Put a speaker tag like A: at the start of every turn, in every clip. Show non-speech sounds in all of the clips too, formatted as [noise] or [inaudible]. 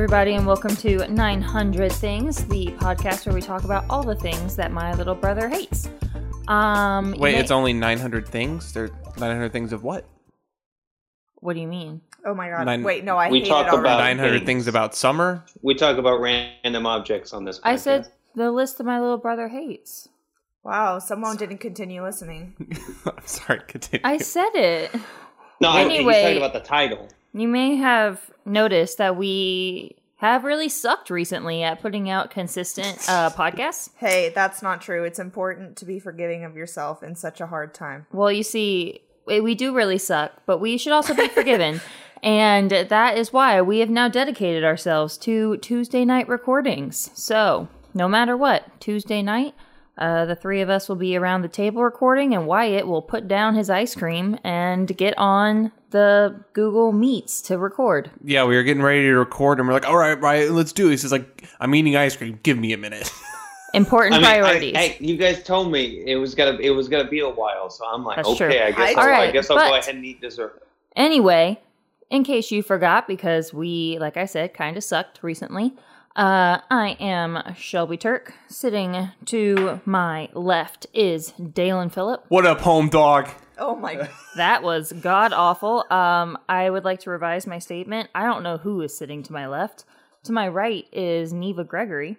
A: everybody, and welcome to 900 Things, the podcast where we talk about all the things that my little brother hates. Um, you
B: Wait,
A: may-
B: it's only 900 things? There 900 things of what?
A: What do you mean?
C: Oh my god!
B: Nine-
C: Wait, no, I
D: We
C: hate
D: talk
C: it already.
D: about-
B: 900 things.
D: things.
B: about summer? [laughs]
D: We talk about random objects on this. Podcast.
A: I said the list that my little brother hates.
C: Wow, someone didn't continue listening.
B: I'm sorry, continue.
A: I said it.
D: no.
A: anyway-
D: Anyway, I, he's talking about the title.
A: You may have noticed that we have really sucked recently at putting out consistent uh, podcasts.
C: Hey, that's not true. It's important to be forgiving of yourself in such a hard time.
A: Well, you see, we we do really suck, but we should also be
D: [laughs]
A: forgiven. And that is why we have now dedicated ourselves to Tuesday night recordings. So, no matter what, Tuesday night, uh, the three of us will be around the table recording, and Wyatt will put down his ice cream and get on the Google Meets to record.
B: yeah, we were getting ready to record and we're like, all right, right, let's do this. He's like, I'm eating ice cream. Give me a minute. [laughs]
A: Important
D: I mean, I-
A: priorities.
D: I- you guys told me it was gonna it was gonna be a while, so I'm like,
A: That's
D: okay,
A: true.
D: I guess
C: I-
D: I'll, I
A: Alright,
D: guess I'll go
A: but-
D: ahead and eat dessert.
A: Anyway, in case you forgot, because we, like I said, kind of sucked recently, uh, I am Shelby Turk. Sitting to my left is Dalen Phillip.
B: what up, home dog? [laughs]
C: Oh my!
A: That was god awful. Um, I would like to revise my statement. I don't know who is sitting to my left. To my right is Neva Gregory.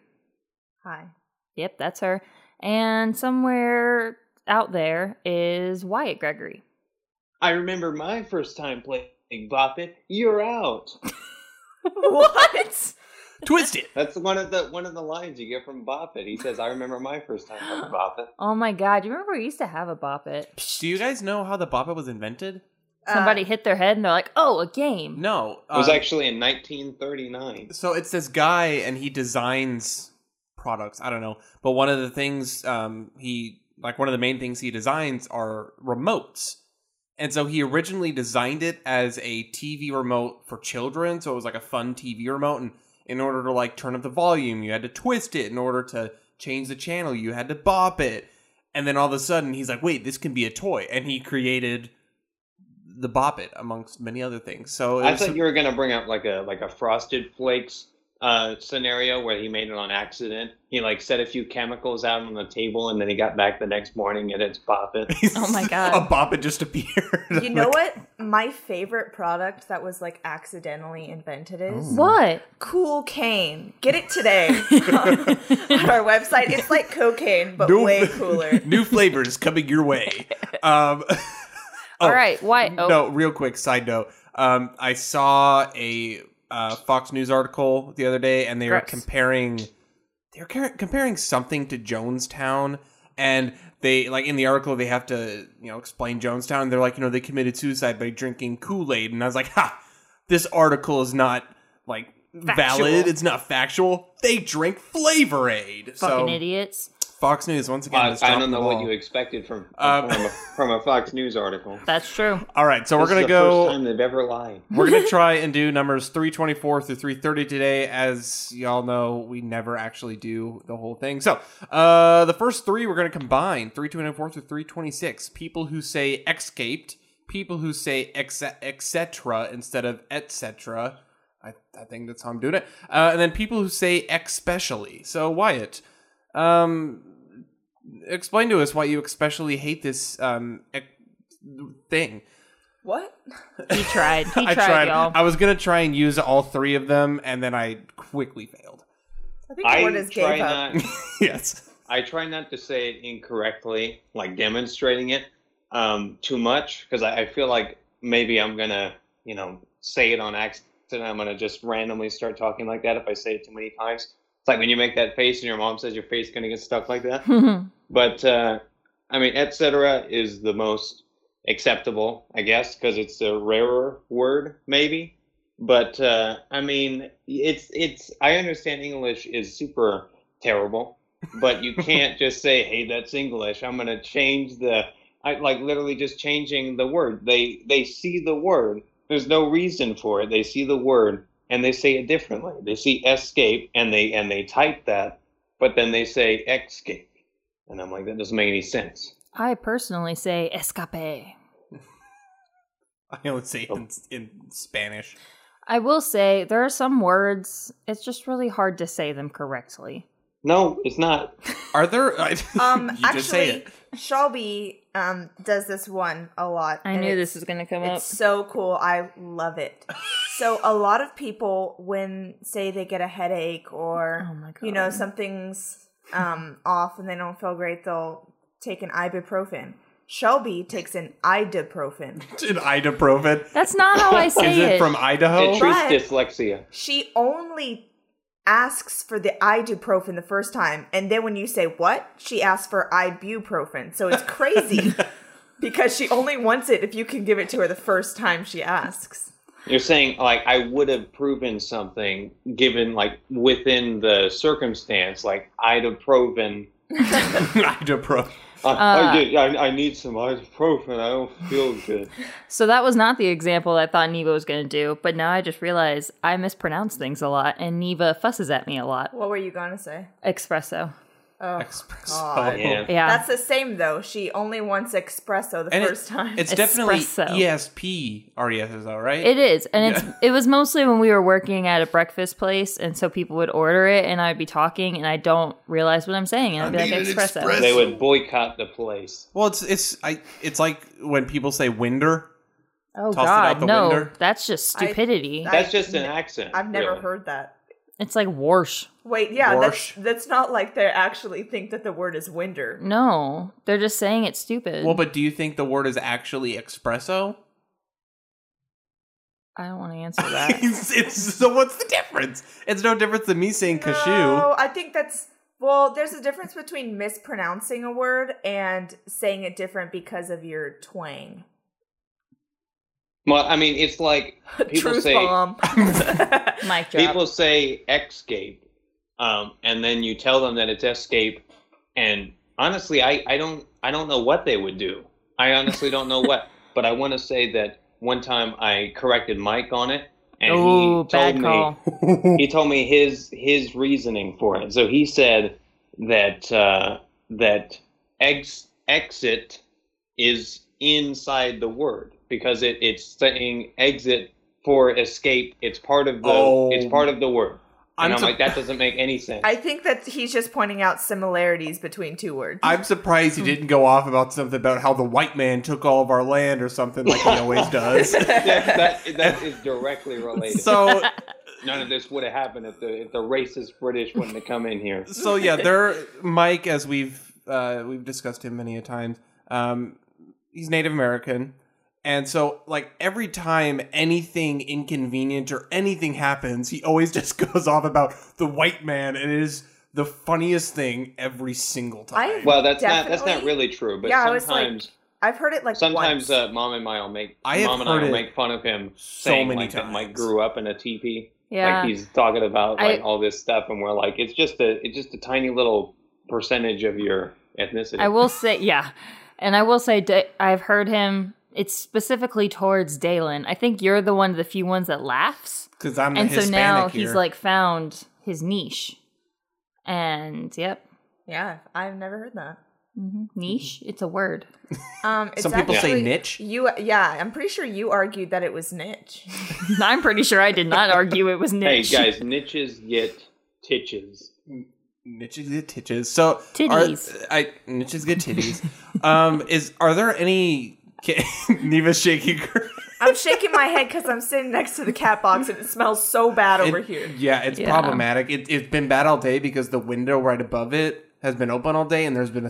C: Hi.
A: Yep, that's her. And somewhere out there is Wyatt Gregory.
D: I remember my first time playing Bop It. You're out.
C: What?
B: Twist it.
D: That's one of the one of the lines you get from Bop It. He says, "I remember my first time
A: [gasps]
D: playing Bop It."
A: Oh my god, you remember we used to have a bop it?
B: Do you guys know how the Boppa was invented?
C: Uh,
A: Somebody hit their head and they're like, oh, a game.
B: No.
D: It was
B: uh,
D: actually in 1939.
B: So it's this guy, and he designs products. I don't know, but one of the things um, he like one of the main things he designs are remotes. And so he originally designed it as a TV remote for children, so it was like a fun TV remote. And in order to like turn up the volume, you had to twist it. In order to change the channel, you had to bop it. And then all of a sudden, he's like, "Wait, this can be a toy!" And he created the bop it amongst many other things. So it
D: I
B: was
D: thought
B: some-
D: you were gonna bring up like a like a Frosted Flakes uh, scenario where he made it on accident. He like set a few chemicals out on the table, and then he got back the next morning and
B: [laughs]
D: it's popping.
A: Oh my
B: A
A: God.
B: bop it just appeared. [laughs]
C: You know what? My favorite product that was like accidentally invented
B: Oh. [laughs]
C: is
A: What?
C: Cool Cane. Get
A: [laughs]
C: it today
B: Oh.
C: on our website. It's like cocaine, but
B: Nope.
C: way cooler.
B: [laughs] New flavors coming your
C: [laughs]
B: way. Um,
A: All right, why? Oh,
B: No, real quick side note. Um, I saw a uh, Fox News article the other day, and they were
A: Gross.
B: comparing they were car- comparing something to Jonestown, and they like in the article they have to you know explain Jonestown. They're like you know they committed suicide by drinking Kool Aid, and I was like, ha, this article is not like valid.
A: Factual.
B: It's not factual. They drink Flavor Aid.
A: fucking
B: so
A: idiots.
B: Fox News once again.
D: I,
B: has
D: I
B: dropped
D: don't
B: the
D: know what
B: ball.
D: you expected from
B: Um,
D: from, a, from a Fox News article.
A: That's true.
B: All right, so [laughs] we're
D: This
B: gonna
D: is the
B: go.
D: First time they've ever lied.
B: We're gonna try and do numbers 324 through 330 today. As y'all know, we never actually do the whole thing. So, uh, the first three we're gonna combine 324 through 326. People who say escaped, people who say ex- etc. instead of etc. I, I think that's how I'm doing it. Uh, and then people who say especially. So Wyatt, um, explain to us why you especially hate this um ec- thing.
C: What?
A: He tried. He tried, y'all.
B: [laughs] I was gonna try and use all three of them, and then I quickly failed.
C: I think the
D: I
C: word is
D: try
C: gave up.
D: not.
B: yes.
D: I try not to say it incorrectly, like demonstrating it um, too much, because I, I feel like maybe I'm gonna, you know, say it on accident. I'm gonna just randomly start talking like that if I say it too many times. It's like when you make that face and your mom says your face gonna get stuck like that. But uh, I mean, etc. is the most acceptable, I guess, because it's a rarer word, maybe. But uh, I mean, it's it's. I understand English is super terrible, but you can't just say, "Hey, that's English." I'm gonna change the. I like literally just changing the word. They they see the word. There's no reason for it. They see the word and they say it differently. They see escape and they and they type that, but then they say escape. And I'm like, that doesn't make any sense.
A: [laughs] I personally say escape.
B: I only say it in, in Spanish.
A: I will say there are some words, it's just really hard to say them correctly.
D: No, it's not.
B: Are there? [laughs] I,
C: Um,
B: you
C: actually,
B: just say it.
C: Shelby um does this one a lot.
A: I
C: and
A: knew
C: it's-
A: this was going to come up.
C: It's so cool. I love it. so a lot of people, when say they get a headache
A: Oh
C: or
A: my God.
C: you know something's um off and they don't feel great, they'll take an ibuprofen. Shelby takes an ibuprofen.
B: An ibuprofen.
A: That's not how I say
B: [laughs] Is it from
D: It
B: [laughs] Idaho?
D: treats
C: But-
D: dyslexia.
C: She only asks for the ibuprofen the first time, and then when you say what, she asks for ibuprofen. So it's
A: [laughs]
C: crazy because she only wants it if you can give it to her the first time she asks.
D: You're saying like I would have proven something given like within the circumstance, like I'd have proven.
B: Ibuprofen.
D: I,
C: Uh.
D: I, did- I, I need some ibuprofen. I don't feel good.
A: So that was not the example I thought Neva was going to do, but now I just realize I mispronounce things a lot and Neva fusses at me a lot.
C: What were you gonna say?
A: Espresso.
C: Oh,
B: Espresso.
D: Yeah.
A: Yeah.
C: That's the same though. She only wants espresso the
B: And it-
C: first time.
B: It's definitely E
A: Espresso.
B: ESP RESSO, right?
A: It is, and it's it was mostly when we were working at a breakfast place, and so people would order it, and I'd be talking, and I don't realize what I'm saying, and I'd be
B: I
A: like
B: need an
A: espresso.
B: espresso.
D: They would boycott the place.
B: well, it's it's I it's like when people say winder.
A: Oh
B: Toss it out
A: God,
B: the
A: no,
B: window.
A: that's just
C: I-
A: stupidity.
C: I-
D: That's just an accent.
C: [laughs] I've never
D: really.
C: heard that.
A: it's like warsh.
C: Wait, yeah,
B: Warsh.
C: that's that's not like they actually think that the word is winder.
A: No, they're just saying it's stupid.
B: Well, but do you think the word is actually espresso?
A: I don't want to answer that.
B: [laughs] it's, it's so what's the difference? It's no difference than me saying cashew.
C: No, I think that's well, there's a difference between mispronouncing a word and saying it different because of your twang. [laughs]
D: Well, I mean, it's like people
C: Truth
D: say [laughs]
C: bomb. [laughs]
A: Mic drop.
D: people say escape, um, and then you tell them that it's escape, and honestly, I, I don't I don't know what they would do. I honestly don't know
A: [laughs]
D: what, but I want to say that one time I corrected Mike on it, and
A: oh,
D: he told
A: bad
D: me
A: call.
D: he told me his his reasoning for it. So he said that uh, that ex- exit is inside the word because it, it's saying exit for escape. It's part of the
B: Oh.
D: it's part of the word.
B: I'm
D: And I'm,
B: so-
D: like that doesn't make any sense.
C: [laughs] I think that he's just pointing out similarities between two words.
B: I'm surprised he didn't go off about something about how the white man took all of our land or something like he always does.
D: [laughs] that, that, that
C: [laughs]
D: is directly related.
B: So
D: None of this would have happened if the if the racist British wouldn't have come
B: [laughs]
D: in here.
B: so yeah, there Mike, as we've uh, we've discussed him many a times, um, he's Native American, and so like every time anything inconvenient or anything happens, he always [laughs] just goes off about the white man, and it is the funniest thing every single time.
C: I-
D: Well, that's not that's not
C: Definitely.
D: really true. But
C: Yeah, I was like,
D: sometimes
C: I've heard it like
D: Sometimes
C: once.
D: uh, mom and Mike will make
B: I have
D: mom and I
B: heard
D: will
B: it
D: make fun of him
B: so
D: saying
B: many
D: like that Mike
B: times.
D: grew up in a teepee.
A: Yeah.
D: Like he's talking about
A: I-
D: like all this stuff and we're like it's just a it's just a tiny little percentage of your ethnicity.
A: I will say, yeah, and I will say, da- I've heard him. It's specifically towards Dalen. I think you're the one of the few ones that laughs,
B: because I'm the
A: and so
B: Hispanic
A: now
B: here.
A: he's like found his niche, and yep,
C: yeah, I've never heard that. Mm-hmm.
A: niche. It's a word. [laughs]
C: Um, it's
B: Some people say
C: actually-
B: niche.
C: You, yeah, I'm pretty sure you argued that it was niche.
A: I'm pretty sure I did not argue it was [laughs]
D: hey
A: niche.
D: guys, niches get titches.
B: Niches get titches. So
A: Titties.
B: Are, I niches get titties. [laughs] um, is are there any? Ca- [laughs] Neva's shaking her.
C: I'm shaking my head because I'm sitting next to the cat box and it smells so bad [laughs] over
B: It-
C: here.
B: Yeah, it's
A: Yeah.
B: problematic. It, it's been bad all day because the window right above it has been open all day, and there's been a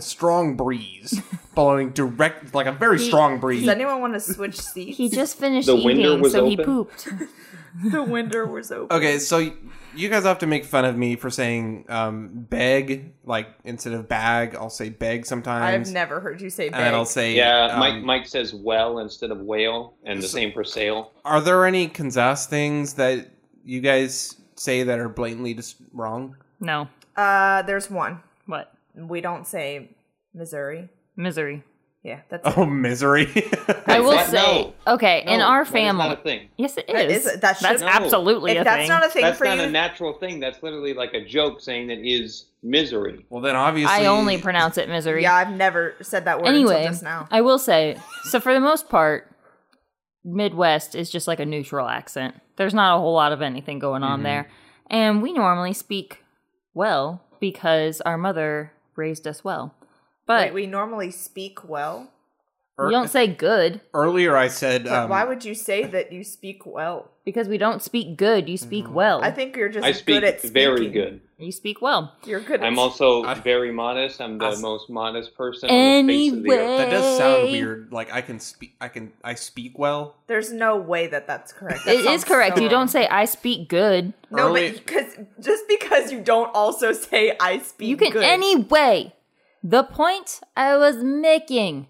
A: [laughs]
B: strong breeze blowing direct, like a very strong breeze.
C: Does anyone want to switch seats?
A: He just finished
D: The window
A: eating,
D: was
A: so he
D: open?
A: pooped.
C: the window was open.
B: Okay, so y- you guys have to make fun of me for saying um, beg, like instead of bag, I'll say beg sometimes,
C: I've never heard you say
B: and then I'll
C: bag.
B: say
D: Yeah,
B: um,
D: Mike Mike says well instead of whale and the same for sale.
B: Are there any Kansas things that you guys say that are blatantly just
D: [laughs]
B: wrong?
A: No,
C: Uh, there's one.
A: what
C: We don't say Missouri.
A: misery?
C: Yeah, that's
B: Oh,
D: [laughs]
B: misery.
A: I will
D: that-
A: say, okay, in
D: No,
A: our
D: Oh, that is
A: family,
D: not a thing.
A: yes, it
C: That
A: is.
C: is- that should-
A: that's
D: No.
A: absolutely a
C: if that's
A: thing.
C: not a thing
D: That's
C: for
D: not
C: you.
D: a natural thing. That's literally like a joke saying that is misery.
B: well, then obviously
A: I only pronounce it misery.
C: yeah, I've never said that word
A: anyway,
C: until just now.
A: I will say so for the most part, Midwest is just like a neutral accent. There's not a whole lot of anything going on
B: Mhm.
A: there. And we normally speak well because our mother raised us well. But
C: Wait, we normally speak well.
B: Er-
A: we
C: [laughs]
A: don't say good
B: earlier I said
C: But
B: um,
C: why would you say that you speak well?
A: because we don't speak good. You speak well.
C: I think you're just
D: I speak
C: good at speaking.
D: very good.
A: you speak well.
C: You're good.
D: I'm
C: at
D: also
B: I-
D: very modest. I'm the
B: I-
D: most modest person on the face of the earth.
B: that does sound
A: Hey.
B: weird. Like I can speak, I can, I speak well.
C: There's no way that that's correct. That
A: It is
C: sounds
A: correct.
C: so
A: You don't
C: wrong.
A: say I speak good.
C: no,
B: early-
C: but because just because you don't also say I speak.
A: You can
C: good.
A: anyway. The point I was making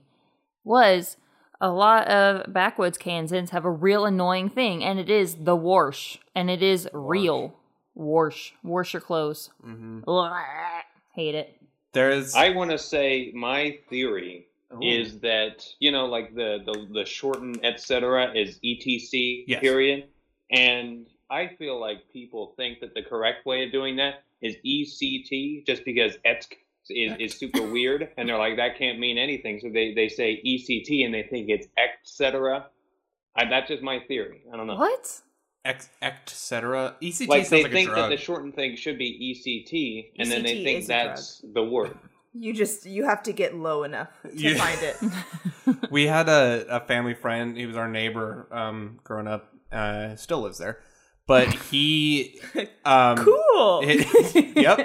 A: was a lot of backwoods Kansans have a real annoying thing, and it is the wash, and it is real wash. Wash your clothes.
B: hmm
A: Blah. [laughs] Hate it.
B: There is.
D: I want to say my theory
B: Ooh.
D: is that you know like the the, the shortened etc is etc
B: Yes.
D: period and i feel like people think that the correct way of doing that is ect just because etc is, is super
B: [laughs]
D: weird and they're like that can't mean anything so they they say ect and they think it's etc I, that's just my theory i don't know
A: What?
B: ex, etc. ECT
D: like
B: E sounds
D: they
B: like
D: think
B: a
D: that
B: drug.
D: the shortened thing should be ect and then
C: ECT
D: they think
C: E is a drug.
D: that's the word
C: You just you have to get low enough to
B: Yeah.
C: find
B: [laughs]
C: it.
B: we had a, a family friend. He was our neighbor, um, growing up. Uh, still lives there, but
C: [laughs]
B: he, um,
C: Cool. [laughs]
B: yep.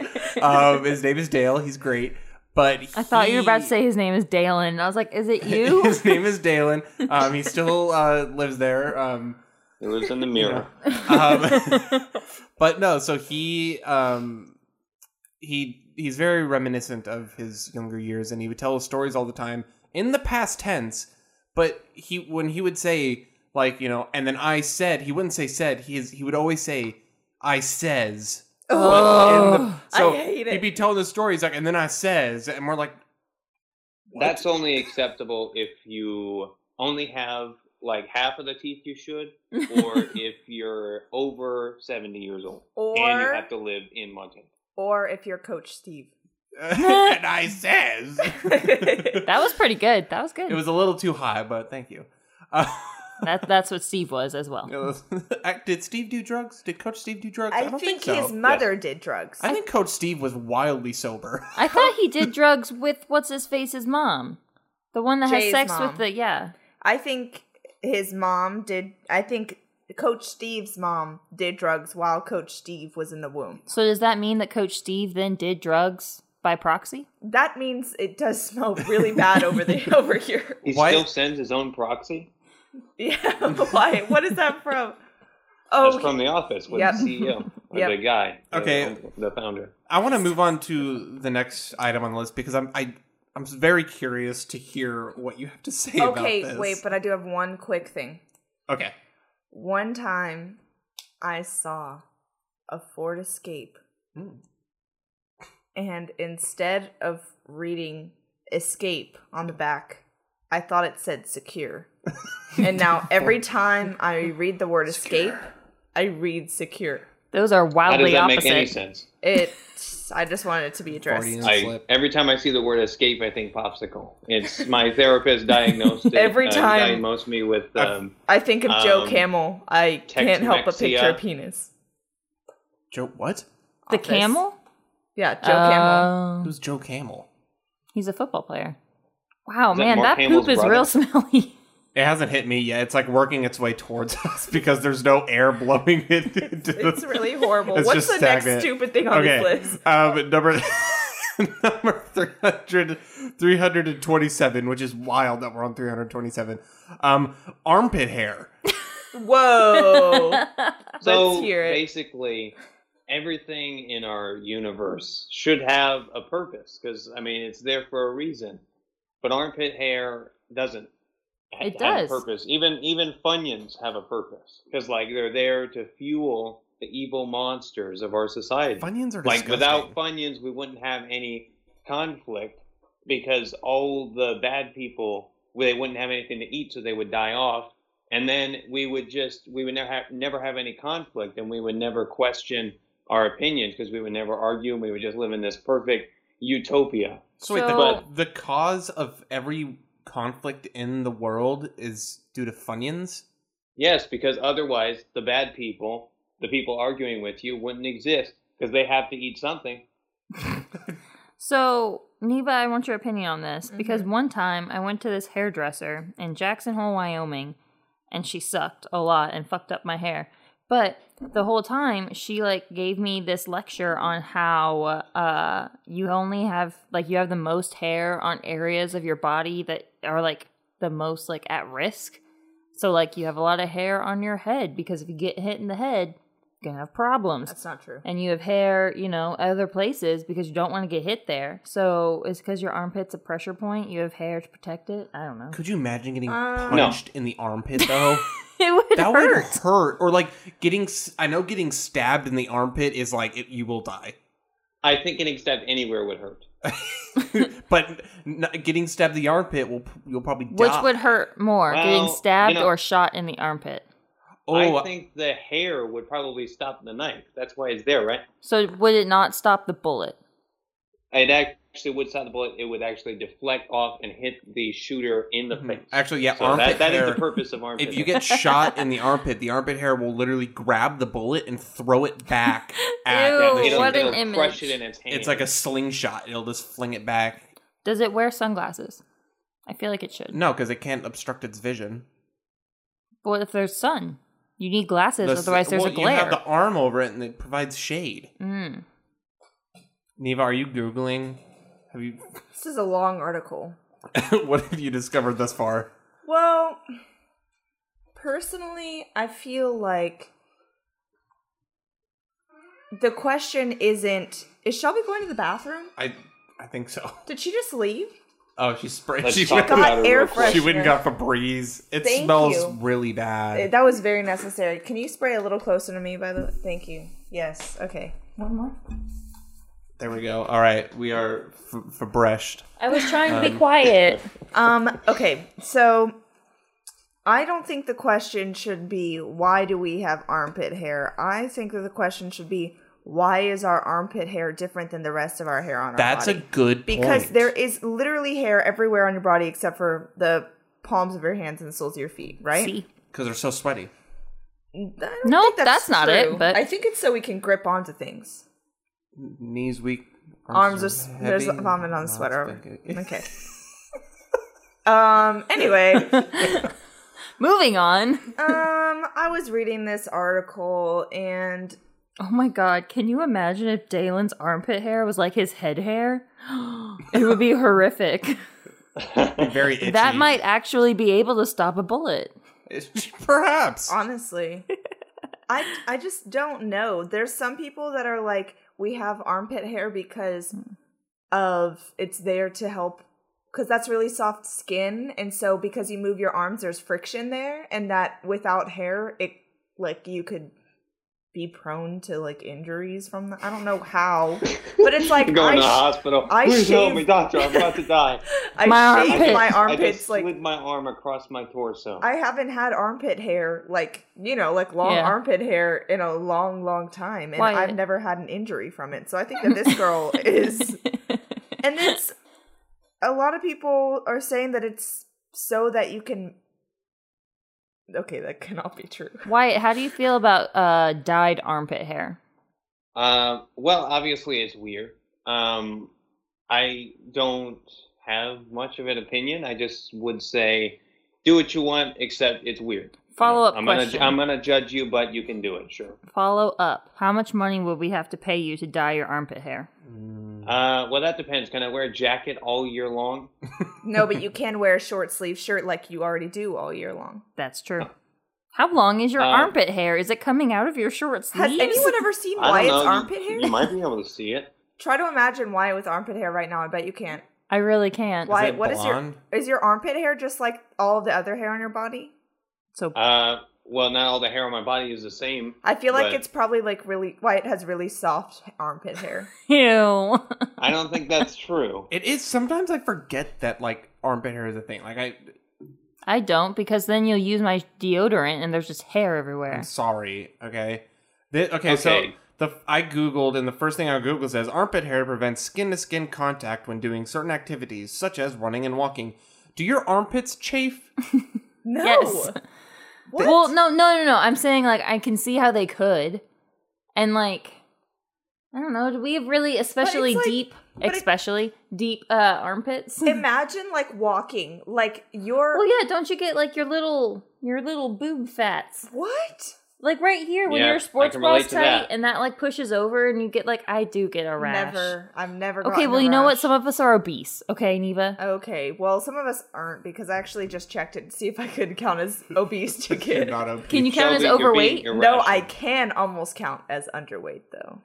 B: Um, his name is Dale. He's great. But
A: I thought you were about to
B: he-
A: say
B: [laughs]
A: his name is Dalen. and I was like, is it you?
B: his name is Dalen. Um, he still uh, lives there. Um,
D: it was in the mirror
B: um, [laughs] but no, so he um, he he's very reminiscent of his younger years, and he would tell us stories all the time in the past tense. But he when he would say like you know, and then I said he wouldn't say said he is, he would always say I says.
A: Oh.
B: And the- so
C: I hate
B: he'd
C: it.
B: be telling the stories like, and then I says, and we're like, [laughs]
D: That's only acceptable if you only have like half of the teeth
C: [laughs]
D: you should, or if you're over 70 years old and you
C: Or
D: have to live in Montana.
C: or if you're
B: [laughs]
C: Coach Steve.
B: and I says.
A: [laughs]
B: it
A: that was pretty good. That was good.
B: was a little too high, but thank you. Uh, [laughs]
A: that, that's what Steve was as well.
B: Yeah, that's- Act- Did Steve do drugs? Did Coach Steve do drugs?
C: I,
B: I, don't
C: think,
B: think, so.
C: his mother did drugs.
B: I think Coach Steve was wildly sober. [laughs]
A: I thought he did drugs with what's his face's mom, the one that
C: Jay's
A: has sex
C: mom.
A: with the yeah.
C: I think his mom did. I think Coach Steve's mom did drugs while Coach Steve was in the womb.
A: So does that mean that Coach Steve then did drugs by proxy?
C: That means it does smell really bad over the [laughs] over here.
D: He
B: Why-
D: still sends his own proxy.
C: [laughs] Yeah. Why? What is that from?
D: That's
C: Oh,
D: from The Office with
C: Yep.
D: the
C: [laughs]
D: CEO, or
C: Yep.
D: the guy, the-
B: Okay.
D: the founder.
B: I want to move on to the next item on the list because I'm I, I'm very curious to hear what you have to say about
C: okay.
B: this.
C: Wait, but I do have one quick thing.
B: okay.
C: One time, I saw a Ford Escape,
D: Hmm.
B: Mm.
C: and instead of reading "escape" on the back, I thought it said
D: [laughs]
C: "secure." and now every time I read the word "escape," I read "secure."
A: Those are
D: How does
A: wildly
D: that
A: opposite.
D: make any sense?
C: It. I just wanted it to be addressed.
B: Freudian
D: I,
B: slip.
D: every time I see the word escape, I think popsicle. It's my therapist
C: [laughs]
D: diagnosed it,
C: Every
D: uh,
C: time.
D: diagnosed me with um,
C: [laughs] I think of Joe
D: Um,
C: Camel. I can't help but picture a
D: Tex-Mexia.
C: penis.
B: Joe, what?
A: the
C: Office.
A: camel?
C: Yeah, Joe
B: Uh,
C: Camel.
A: Oh,
B: Who's Joe Camel?
A: he's a football player. Wow,
D: Is that
A: man,
D: Mark
A: that
D: Hamill's
A: poop is
D: brother?
A: real smelly.
B: It hasn't hit me yet. It's like working its way towards [laughs] us because there's no air blowing it. [laughs] Into
C: It's
B: the-
C: really horrible.
B: [laughs] It's
C: What's
B: just
C: the
B: stagnant.
C: next stupid thing
B: [laughs]
C: on
B: okay.
C: this list?
B: Um, number [laughs] number 300, 327, which is wild that we're on 327. Um, armpit hair.
C: Whoa.
B: [laughs] Oh.
A: [laughs]
D: So
C: Let's hear it.
D: basically, everything in our universe should have a purpose because I mean it's there for a reason. But armpit hair doesn't. ha-
A: It
D: have
A: does.
D: a purpose. Even even funyuns have a purpose because like they're there to fuel the evil monsters of our society.
B: Bunions are
D: like
B: disgusting.
D: without funyuns, we wouldn't have any conflict because all the bad people they wouldn't have anything to eat, so they would die off, and then we would just we would never have never have any conflict, and we would never question our opinions because we would never argue, and we would just live in this perfect utopia.
B: so wait,
A: So-
B: the, the cause of every conflict in the world is due to funyuns.
D: Yes, because otherwise the bad people, the people arguing with you, wouldn't exist because they have to eat something.
A: So, Neva, I want your opinion on this because one time I went to this hairdresser in Jackson Hole, Wyoming, and she sucked a lot and fucked up my hair. But the whole time she like gave me this lecture on how uh you only have like you have the most hair on areas of your body that are like the most like at risk. So like you have a lot of hair on your head because if you get hit in the head, you're gonna have problems
C: That's not true.
A: and you have hair, you know, other places because you don't want to get hit there. So it's because your armpit's a pressure point. You have hair to protect it. I don't know. [laughs]
B: Could you imagine getting
C: Um,
D: No.
B: punched in the armpit [laughs] though?
A: It would
B: that
A: hurt.
B: would hurt. Or like getting. s- I know getting stabbed in the armpit is like it, you
A: [laughs]
B: will die.
D: I think getting stabbed anywhere would hurt.
B: but n- getting stabbed in the armpit will p- you'll probably die.
A: Which would hurt more,
D: Well,
A: getting
D: you
A: stabbed
D: know-
A: or shot in the armpit?
B: Oh,
D: I think the hair would probably stop the knife. That's why it's there, right?
A: So would it not stop the bullet?
D: It actually would stop the bullet. It would actually deflect off and hit the shooter in the
A: Mm-hmm.
D: face.
B: Mm-hmm. actually, yeah.
D: So
B: armpit
D: that, that
B: hair.
D: is the purpose of armpit.
B: if you
D: hair. [laughs]
B: get shot in the armpit, the armpit hair will literally grab the bullet and throw it back
A: [laughs]
B: at
A: Ew,
C: Oh,
B: the
D: it'll,
A: what
B: shooter.
A: an
D: it'll crush
A: image.
D: it in its hand.
B: It's like a slingshot. It'll just fling it back.
A: Does it wear sunglasses? I feel like it should.
B: No, because it can't obstruct its vision.
A: But what if there's sun? You need glasses,
B: The s-
A: otherwise there's
B: well,
A: a
B: You have
A: glare.
B: the arm over it, and it provides shade.
A: Mm.
B: Neva, are you googling? Have you? [laughs]
C: This is a long article.
B: what have you discovered thus far?
C: Well, personally, I feel like the question isn't is Shelby going to the bathroom?
B: I I think so.
C: Did she just leave?
B: Oh, she sprayed.
D: Let's
B: [laughs] She
D: talk
B: went,
C: got
D: about it
C: air
B: [laughs]
D: real quick.
B: she
C: fresh-
B: went and got Febreze. It
C: Thank
B: smells
C: you.
B: really
C: Uh,
B: bad.
C: That was very necessary. Can you spray a little closer to me, by the way? Thank you. Yes. Okay. One more.
B: There we go. All right, we are f- Febreshed.
A: I was trying to be quiet.
C: Um. Okay. So, I don't think the question should be why do we have armpit hair. I think that the question should be why is our armpit hair different than the rest of our hair on our
B: That's
C: body?
B: a good
C: because
B: point.
C: there is literally hair everywhere on your body except for the palms of your hands and the soles of your feet, right?
A: See,
B: 'Cause they're so sweaty.
C: I don't
A: No,
C: think
A: that's not it, but-
C: I think it's so we can grip onto things.
B: Knees weak.
C: Arms
B: are
C: are s- there's
B: heavy,
C: vomit on the
B: mouth's
C: sweater.
B: [laughs] big.
C: Okay. um. Anyway.
A: moving on.
C: Um, I was reading this article and
A: Oh my god, can you imagine if Dalen's armpit hair was like his head
C: [gasps]
A: hair? it would be horrific.
B: Very
C: [laughs]
B: itchy.
A: That might actually be able to stop a bullet.
B: perhaps.
C: honestly, I I just don't know. There's some people that are like we have armpit hair because
A: Hmm.
C: of it's there to help cuz that's really soft skin and so because you move your arms there's friction there and that without hair it like you could be prone to like injuries from the, I don't know how, but it's like
D: [laughs] going
C: I,
D: to the
C: sh-
D: hospital.
C: I
D: Please help
C: shave-
D: me, doctor. I'm about to
C: [laughs]
D: die.
C: I
A: My
C: shave
A: armpit.
C: my
D: I
C: armpits
D: just
C: like
D: slid my arm across my torso.
C: I haven't had armpit hair, like you know, like long
A: Yeah.
C: armpit hair in a long, long time, and
A: Why-
C: I've never had an injury from it. So I think that this [laughs] girl is, and it's a lot of people are saying that it's so that you can. Okay, that cannot be true.
A: [laughs] Wyatt, how do you feel about uh, dyed armpit hair?
D: Uh, well, obviously it's weird. Um, I don't have much of an opinion. I just would say, do what you want, except it's weird. You know,
A: Follow-up
D: I'm gonna,
A: question.
D: I'm gonna judge you, but you can do it. Sure.
A: Follow up. How much money would we have to pay you to dye your armpit hair?
D: Uh, well, that depends. Can I wear a jacket all year long?
C: No, but you can wear a short sleeve shirt like you already do all year long.
A: That's true. How long is your
D: Uh,
A: armpit hair? Is it coming out of your short
C: Has
A: sleeves?
C: anyone ever seen
D: [laughs] I don't
C: Wyatt's
D: know. You-
C: armpit hair?
D: You might be able to see it.
C: Try to imagine Wyatt with armpit hair right now. I bet you can't.
A: I really can't.
C: Wyatt,
B: it
C: what is your
B: blonde?
C: is your armpit hair just like all the other hair on your body?
A: So [laughs]
D: Uh, well, not all the hair on my body is the same.
C: I feel like
D: but
C: it's probably like really Wyatt has really soft armpit hair. [laughs]
A: ew.
D: I don't think
B: [laughs]
D: that's true.
B: It is. Sometimes I forget that like armpit hair is a thing. Like I,
A: I don't because then you'll use my deodorant and there's just hair everywhere.
B: I'm sorry. Okay. Thi- okay. So
D: Okay.
B: the I googled and the first thing on Google says armpit hair prevents skin to skin contact when doing certain activities such as running and walking. Do your armpits chafe?
C: No.
A: Yes.
C: What?
A: Well, no, no, no, no. I'm saying like I can see how they could, and like I don't know. Do we have really, especially
C: like-
A: deep,
C: but it-
A: especially deep uh armpits?
C: Imagine like walking, like
A: [laughs]
C: your
A: well, yeah. Don't you get like your little your little boob fats
C: what?
A: like right here when
D: Yeah, I
A: your sports
D: can
A: ball's tight
D: relate to that.
A: and that like pushes over and you get like I do get a rash.
C: Never. I've never.
A: Okay,
C: gotten
A: well
C: a
A: you know what?
C: rash. Uh,
A: Some of us are obese. Okay, Neva.
C: Okay, well, some of us aren't because I actually just checked it to see if I could count as obese to kid.
B: Not obese.
A: Can you count as
D: Shelby, you're being
A: overweight?
C: No, I
D: irrational.
C: can almost count as underweight though.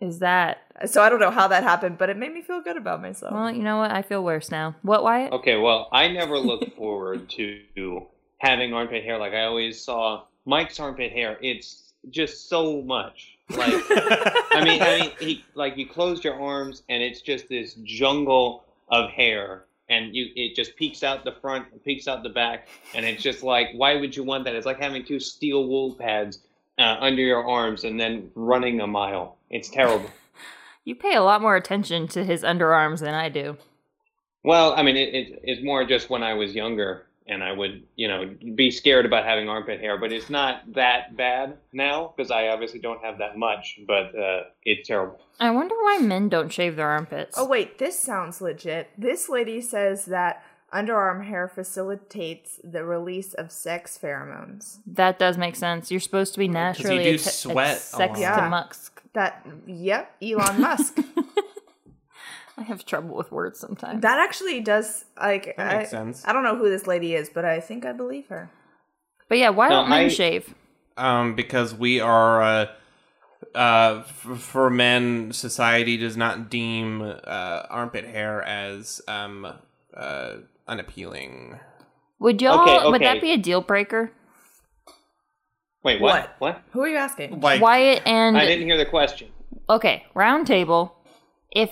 A: Is that
C: So I don't know how that happened, but it made me feel good about myself.
A: well? You know what? I feel worse now. What, Wyatt?
D: Okay, well, I never look forward to having armpit hair. Like I always saw Mike's armpit hair. It's just so much. Like
B: [laughs]
D: I mean, I mean, he like you closed your arms, and it's just this jungle of hair, and you it just peeks out the front, and peeks out the back, and it's just like, why would you want that? It's like having two steel wool pads uh, under your arms and then running a mile. It's terrible.
A: You pay a lot more attention to his underarms than I do.
D: Well, I mean, it, it, it's more just when I was younger and I would, you know, be scared about having armpit hair, but it's not that bad now because I obviously don't have that much, but uh, it's terrible.
A: I wonder why men don't shave their armpits.
C: Oh wait, this sounds legit. This lady says that underarm hair facilitates the release of sex pheromones.
A: that does make sense. You're supposed to be naturally
B: do
A: att-
B: sweat
A: att- sex
B: a
C: lot.
A: to
C: Yeah.
A: musk.
C: That yep,
B: [laughs]
C: Elon Musk.
A: I have trouble with words sometimes.
C: That actually does like
B: That makes
C: I,
B: sense.
C: I don't know who this lady is, but I think I believe her.
A: but yeah, why
D: No,
A: don't men
D: I-
A: shave?
B: um, because we are uh, uh, f- for men. Society does not deem uh, armpit hair as um, uh, unappealing.
A: Would y'all?
D: Okay,
A: Would that
D: okay.
A: be a deal breaker?
D: Wait, what? What?
C: Who are you asking?
B: Like
A: Wyatt
D: I
A: and
D: didn't hear the question.
A: okay, round table. If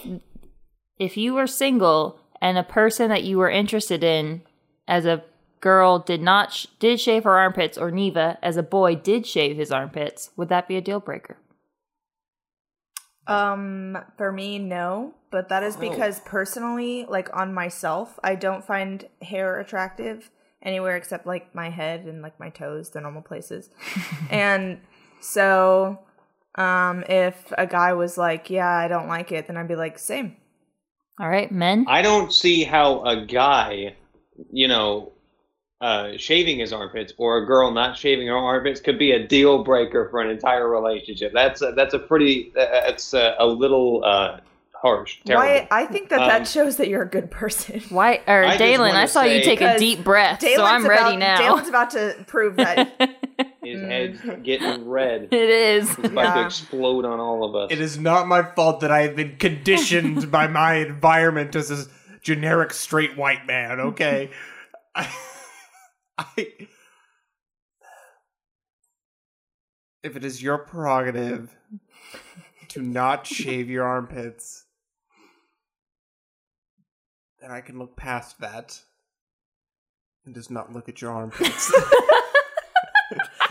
A: if you were single and a person that you were interested in as a girl did not sh- did shave her armpits, or Neva as a boy did shave his armpits, would that be a deal breaker?
C: Um, for me, no, but that
D: Oh.
C: is because personally, like on myself, I don't find hair attractive anywhere except like my head and like my toes, the normal
D: [laughs]
C: places. and so, um, if a guy was like, "Yeah, I don't like it," then I'd be like, "Same."
A: All right, men.
D: I don't see how a guy, you know, uh, shaving his armpits or a girl not shaving her armpits could be a deal breaker for an entire relationship. That's a, that's a pretty, that's a, a little uh, harsh. Terrible.
C: Why? I think that that
D: Um,
C: shows that you're a good [laughs] person.
A: Why or
D: I just
A: Dalen?
D: wanna
A: I saw you
D: say-
A: take a
C: Because
A: deep breath, so I'm
C: Dalen's
A: ready
C: about-
A: now.
C: Dalen's about to prove [laughs] that
D: His head's getting red.
A: [laughs] it is.
D: It's about to
C: Yeah.
D: explode on all of us.
B: It is not my fault that I have been conditioned by my environment as this generic straight white man, okay? [laughs] I, I, if it is your prerogative to not shave your armpits, then I can look past that and just not look at your armpits.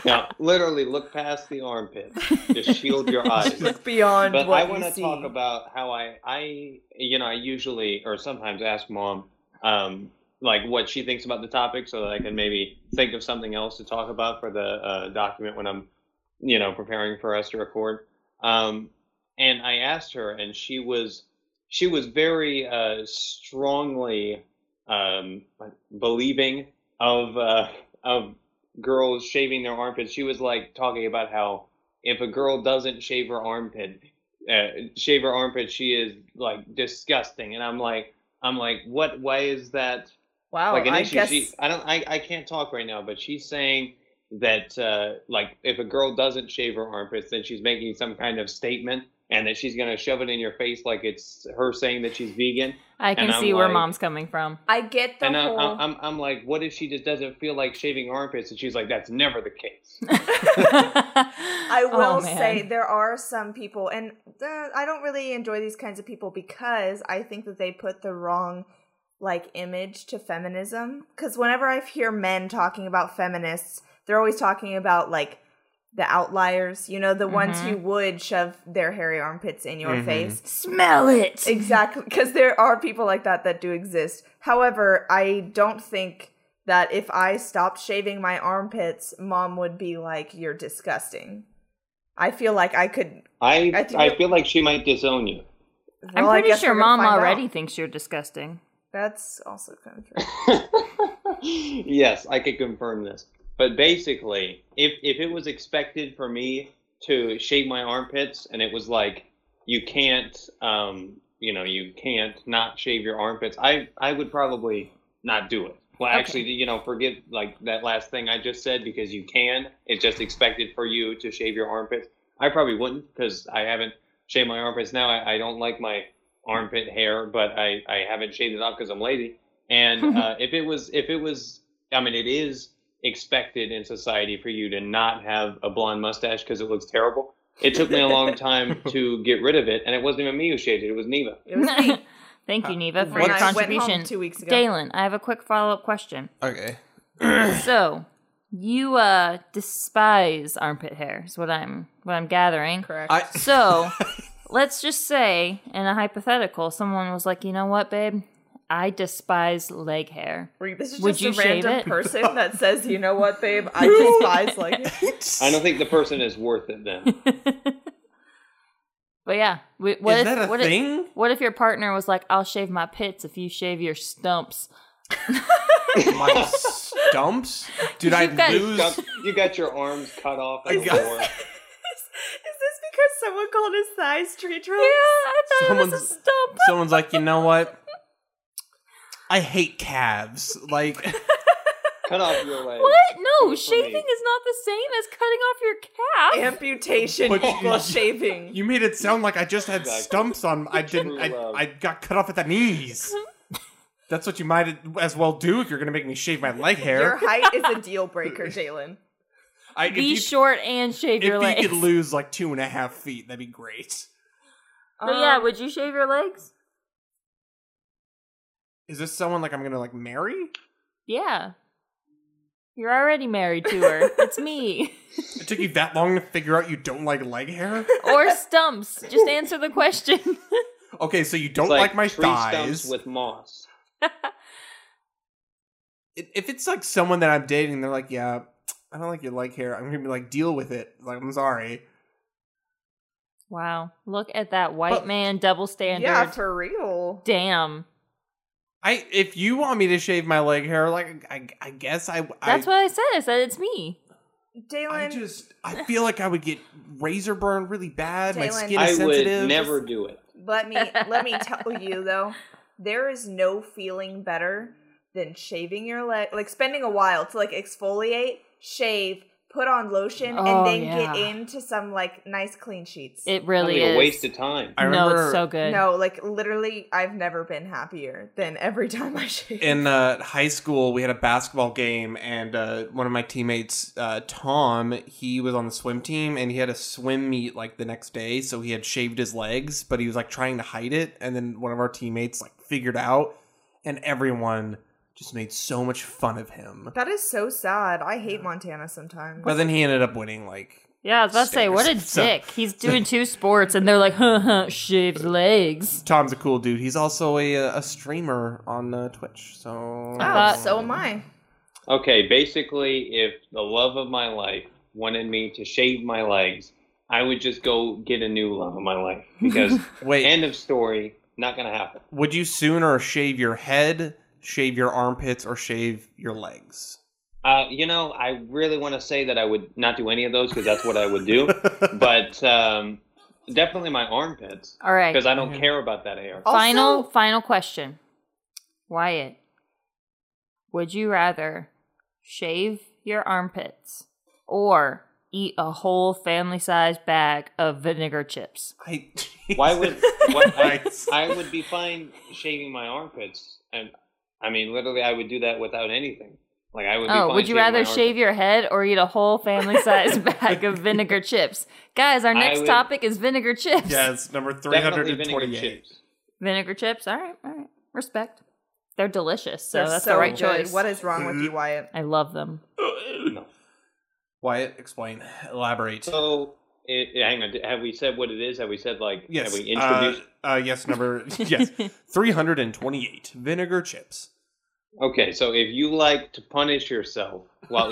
D: Now, literally, look past the armpit. Just
A: [laughs]
D: shield your eyes.
C: look beyond
D: But
C: what
D: I
C: you
D: want to
C: see.
D: talk about how I, I, you know, I usually or sometimes ask mom, um, like what she thinks about the topic, so that I can maybe think of something else to talk about for the uh, document when I'm, you know, preparing for us to record. Um, and I asked her, and she was, she was very uh, strongly um, believing of uh, of girls shaving their armpits. She was like talking about how if a girl doesn't shave her armpit, uh, shave her armpit, she is like disgusting. And I'm like, I'm like, what? Why is that?
C: wow,
D: like an
C: Oh, I
D: issue.
C: guess
D: She, I don't, I, I can't talk right now, but she's saying that uh, like if a girl doesn't shave her armpits, then she's making some kind of statement, and that she's gonna shove it in your face like it's her saying that she's vegan.
A: I can
D: And I'm
A: see where
D: like-
A: mom's coming from.
C: I get the
D: and uh, I'm,
C: whole.
D: I'm, I'm, I'm like, what if she just doesn't feel like shaving armpits? And she's like, that's never the case.
A: I
C: I
A: [laughs] Oh,
C: will say there are some people, and uh, I don't really enjoy these kinds of people because I think that they put the wrong like image to feminism. Because whenever I hear men talking about feminists, they're always talking about like the outliers, you know, the ones
A: Mhm.
C: who would shove their hairy armpits in your
B: Mhm.
C: face.
A: smell it.
C: Exactly, because there are people like that that do exist. However, I don't think that if I stopped shaving my armpits, mom would be like, You're disgusting. I feel like I could.
D: I
C: I think
D: I,
C: that-
D: feel like she might disown you.
A: I'm
C: Well, I
A: pretty
C: guess
A: sure
C: we're gonna
A: mom
C: find out.
A: already thinks you're disgusting.
C: That's also kind of true.
D: [laughs] yes, I could confirm this. But basically, if if it was expected for me to shave my armpits and it was like you can't um you know, you can't not shave your armpits, I I would probably not do it. Well,
A: Okay.
D: actually, you know, forget like that last thing I just said because you can. It's just expected for you to shave your armpits. I probably wouldn't because I haven't shaved my armpits now. I, I don't like my armpit hair, but I, I haven't shaved it off because I'm lazy. And uh, if it was, if it was, I mean, it is expected in society for you to not have a blonde mustache because it looks terrible. It took me a long time to get rid of it, and it wasn't even me who shaved it; it was Neva.
A: [laughs]
C: It was me.
A: Thank you, Neva, for
C: when
A: your
C: I went home
A: contribution.
C: two weeks ago.
A: Dalen, I have a quick follow up question. [clears throat]
B: Okay.
A: so you uh despise armpit hair is what I'm what I'm gathering.
C: Correct.
B: I
A: So let's just say in a hypothetical, someone was like, you know what, babe? I despise leg hair.
C: Wait, this is
A: Would
C: just
A: you
C: a
A: shave
C: random
A: it?
C: person
A: [laughs]
C: that says, you know what, babe, I despise like
D: I don't think the person is worth it then.
A: But yeah, we, what
B: Is
A: if,
B: that a
A: what
B: thing?
A: If, what if your partner was like, "I'll shave my pits if you shave your stumps"?
B: my stumps. Dude, I
A: You've got-
B: lose.
D: Got- you got your arms cut off at the
B: I got-
D: door.
C: Is this because someone called his thighs tree trunks?
A: [laughs] I
B: thought it was a Someone's-
A: stump.
B: Someone's like, you know what? I hate calves. Like, [laughs]
D: Cut off your legs.
A: What? No,
D: Good for
A: shaving
D: me.
A: is not the same as cutting off your calf.
C: Amputation
B: But you-
C: equals shaving.
B: you made it sound like I just had
D: Exactly.
B: stumps on.
D: [laughs]
B: I
D: True
B: didn't. I,
D: love.
B: I got cut off at the knees. That's what you might as well do if you're gonna make me shave my leg
C: Your
B: hair.
C: height is a deal
B: [laughs]
C: breaker, Jalen.
B: I, if
A: Be
B: you,
A: short and shave
B: if
A: your
B: you
A: legs.
B: could lose like two and a half feet, that'd be great.
A: [laughs] But yeah,
C: Um,
A: would you shave your legs?
B: Is this someone like I'm gonna like marry?
A: Yeah. You're already married to her. it's me. [laughs]
B: It took you that long to figure out you don't like leg hair.
A: Or stumps. Just answer the question.
B: Okay, so you
D: It's
B: don't
D: like,
B: like, my
D: tree
B: thighs.
D: stumps with moss.
B: if if it's like someone that I'm dating, they're like, yeah, I don't like your leg hair. I'm gonna be like, deal with it. Like, I'm sorry.
A: wow. Look at that white
B: But-
A: man double standard.
C: yeah, for real.
A: Damn.
B: I if you want me to shave my leg hair, like I I guess I
A: That's
B: I,
A: what I said. I said it's me.
B: I
C: Dalen,
B: just
A: [laughs]
B: I feel like I would get razor burn really bad. My
C: Jalen.
B: skin is
D: I
B: sensitive.
D: would never do it.
A: [laughs]
C: let me let me tell you though, there is no feeling better than shaving your leg, like spending a while to like exfoliate, shave, put on lotion,
A: Oh,
C: and then get
A: yeah.
C: into some like nice clean sheets.
A: It
D: Sounds
A: really
D: like
A: is.
D: a waste of time.
B: I
A: no,
B: remember
A: it's so good.
C: No, like literally, I've never been happier than every time I [laughs] shave.
B: in uh, high school we had a basketball game and uh, one of my teammates uh, tom he was on the swim team and he had a swim meet like the next day so he had shaved his legs but he was like trying to hide it and then one of our teammates like figured out and everyone just made so much fun of him
C: that is so sad. I hate Montana sometimes.
B: but then he ended up winning like
A: Yeah, I was about to say, what a
B: Stairs. So-
A: dick. He's doing two sports and they're like, huh, huh, shaved legs.
B: tom's a cool dude he's also a, uh, a streamer on uh, twitch so
A: I thought-
C: oh, so am I.
D: Okay, basically, if the love of my life wanted me to shave my legs, I would just go get a new love of my life
B: [laughs]
D: because
B: wait
D: end of story, not gonna happen.
B: Would you sooner shave your head, shave your armpits, or shave your legs?
D: Uh, you know, I really want to say that I would not do any of those because that's what I
B: [laughs]
D: would do, but um, definitely my armpits
A: All right.
D: because I don't care about that hair.
A: Oh,
C: Also-
A: final, final question. Wyatt, would you rather shave your armpits or eat a whole family sized bag of vinegar chips?
C: [laughs]
B: I,
D: Why
A: [laughs]
D: would why, I,
B: Christ.
D: I would be fine shaving my armpits, and I mean, literally, I would do that without anything. Like I would. Be
A: oh,
D: fine
A: would you
D: shaving my
A: rather
D: armpits.
A: shave your head or eat a whole family
D: [laughs]
A: sized bag of vinegar chips? Guys, our next
D: would-
A: topic is vinegar chips.
B: Yes, number three hundred
D: Definitely
B: and
D: vinegar
B: twenty-eight.
D: chips.
A: Vinegar chips. All right, all right. Respect. They're delicious, so
C: They're
A: that's
C: so
A: the right
C: good.
A: choice.
C: What is wrong with you, Wyatt?
A: I love them.
D: No.
B: Wyatt, explain, elaborate.
D: So, it, it- hang on. Have we said what it is? Have we said like?
B: Yes,
D: Have we
B: uh,
D: introduced? [laughs]
B: uh, yes, number yes, three hundred and twenty-eight vinegar chips.
D: Okay, so if you like to punish yourself while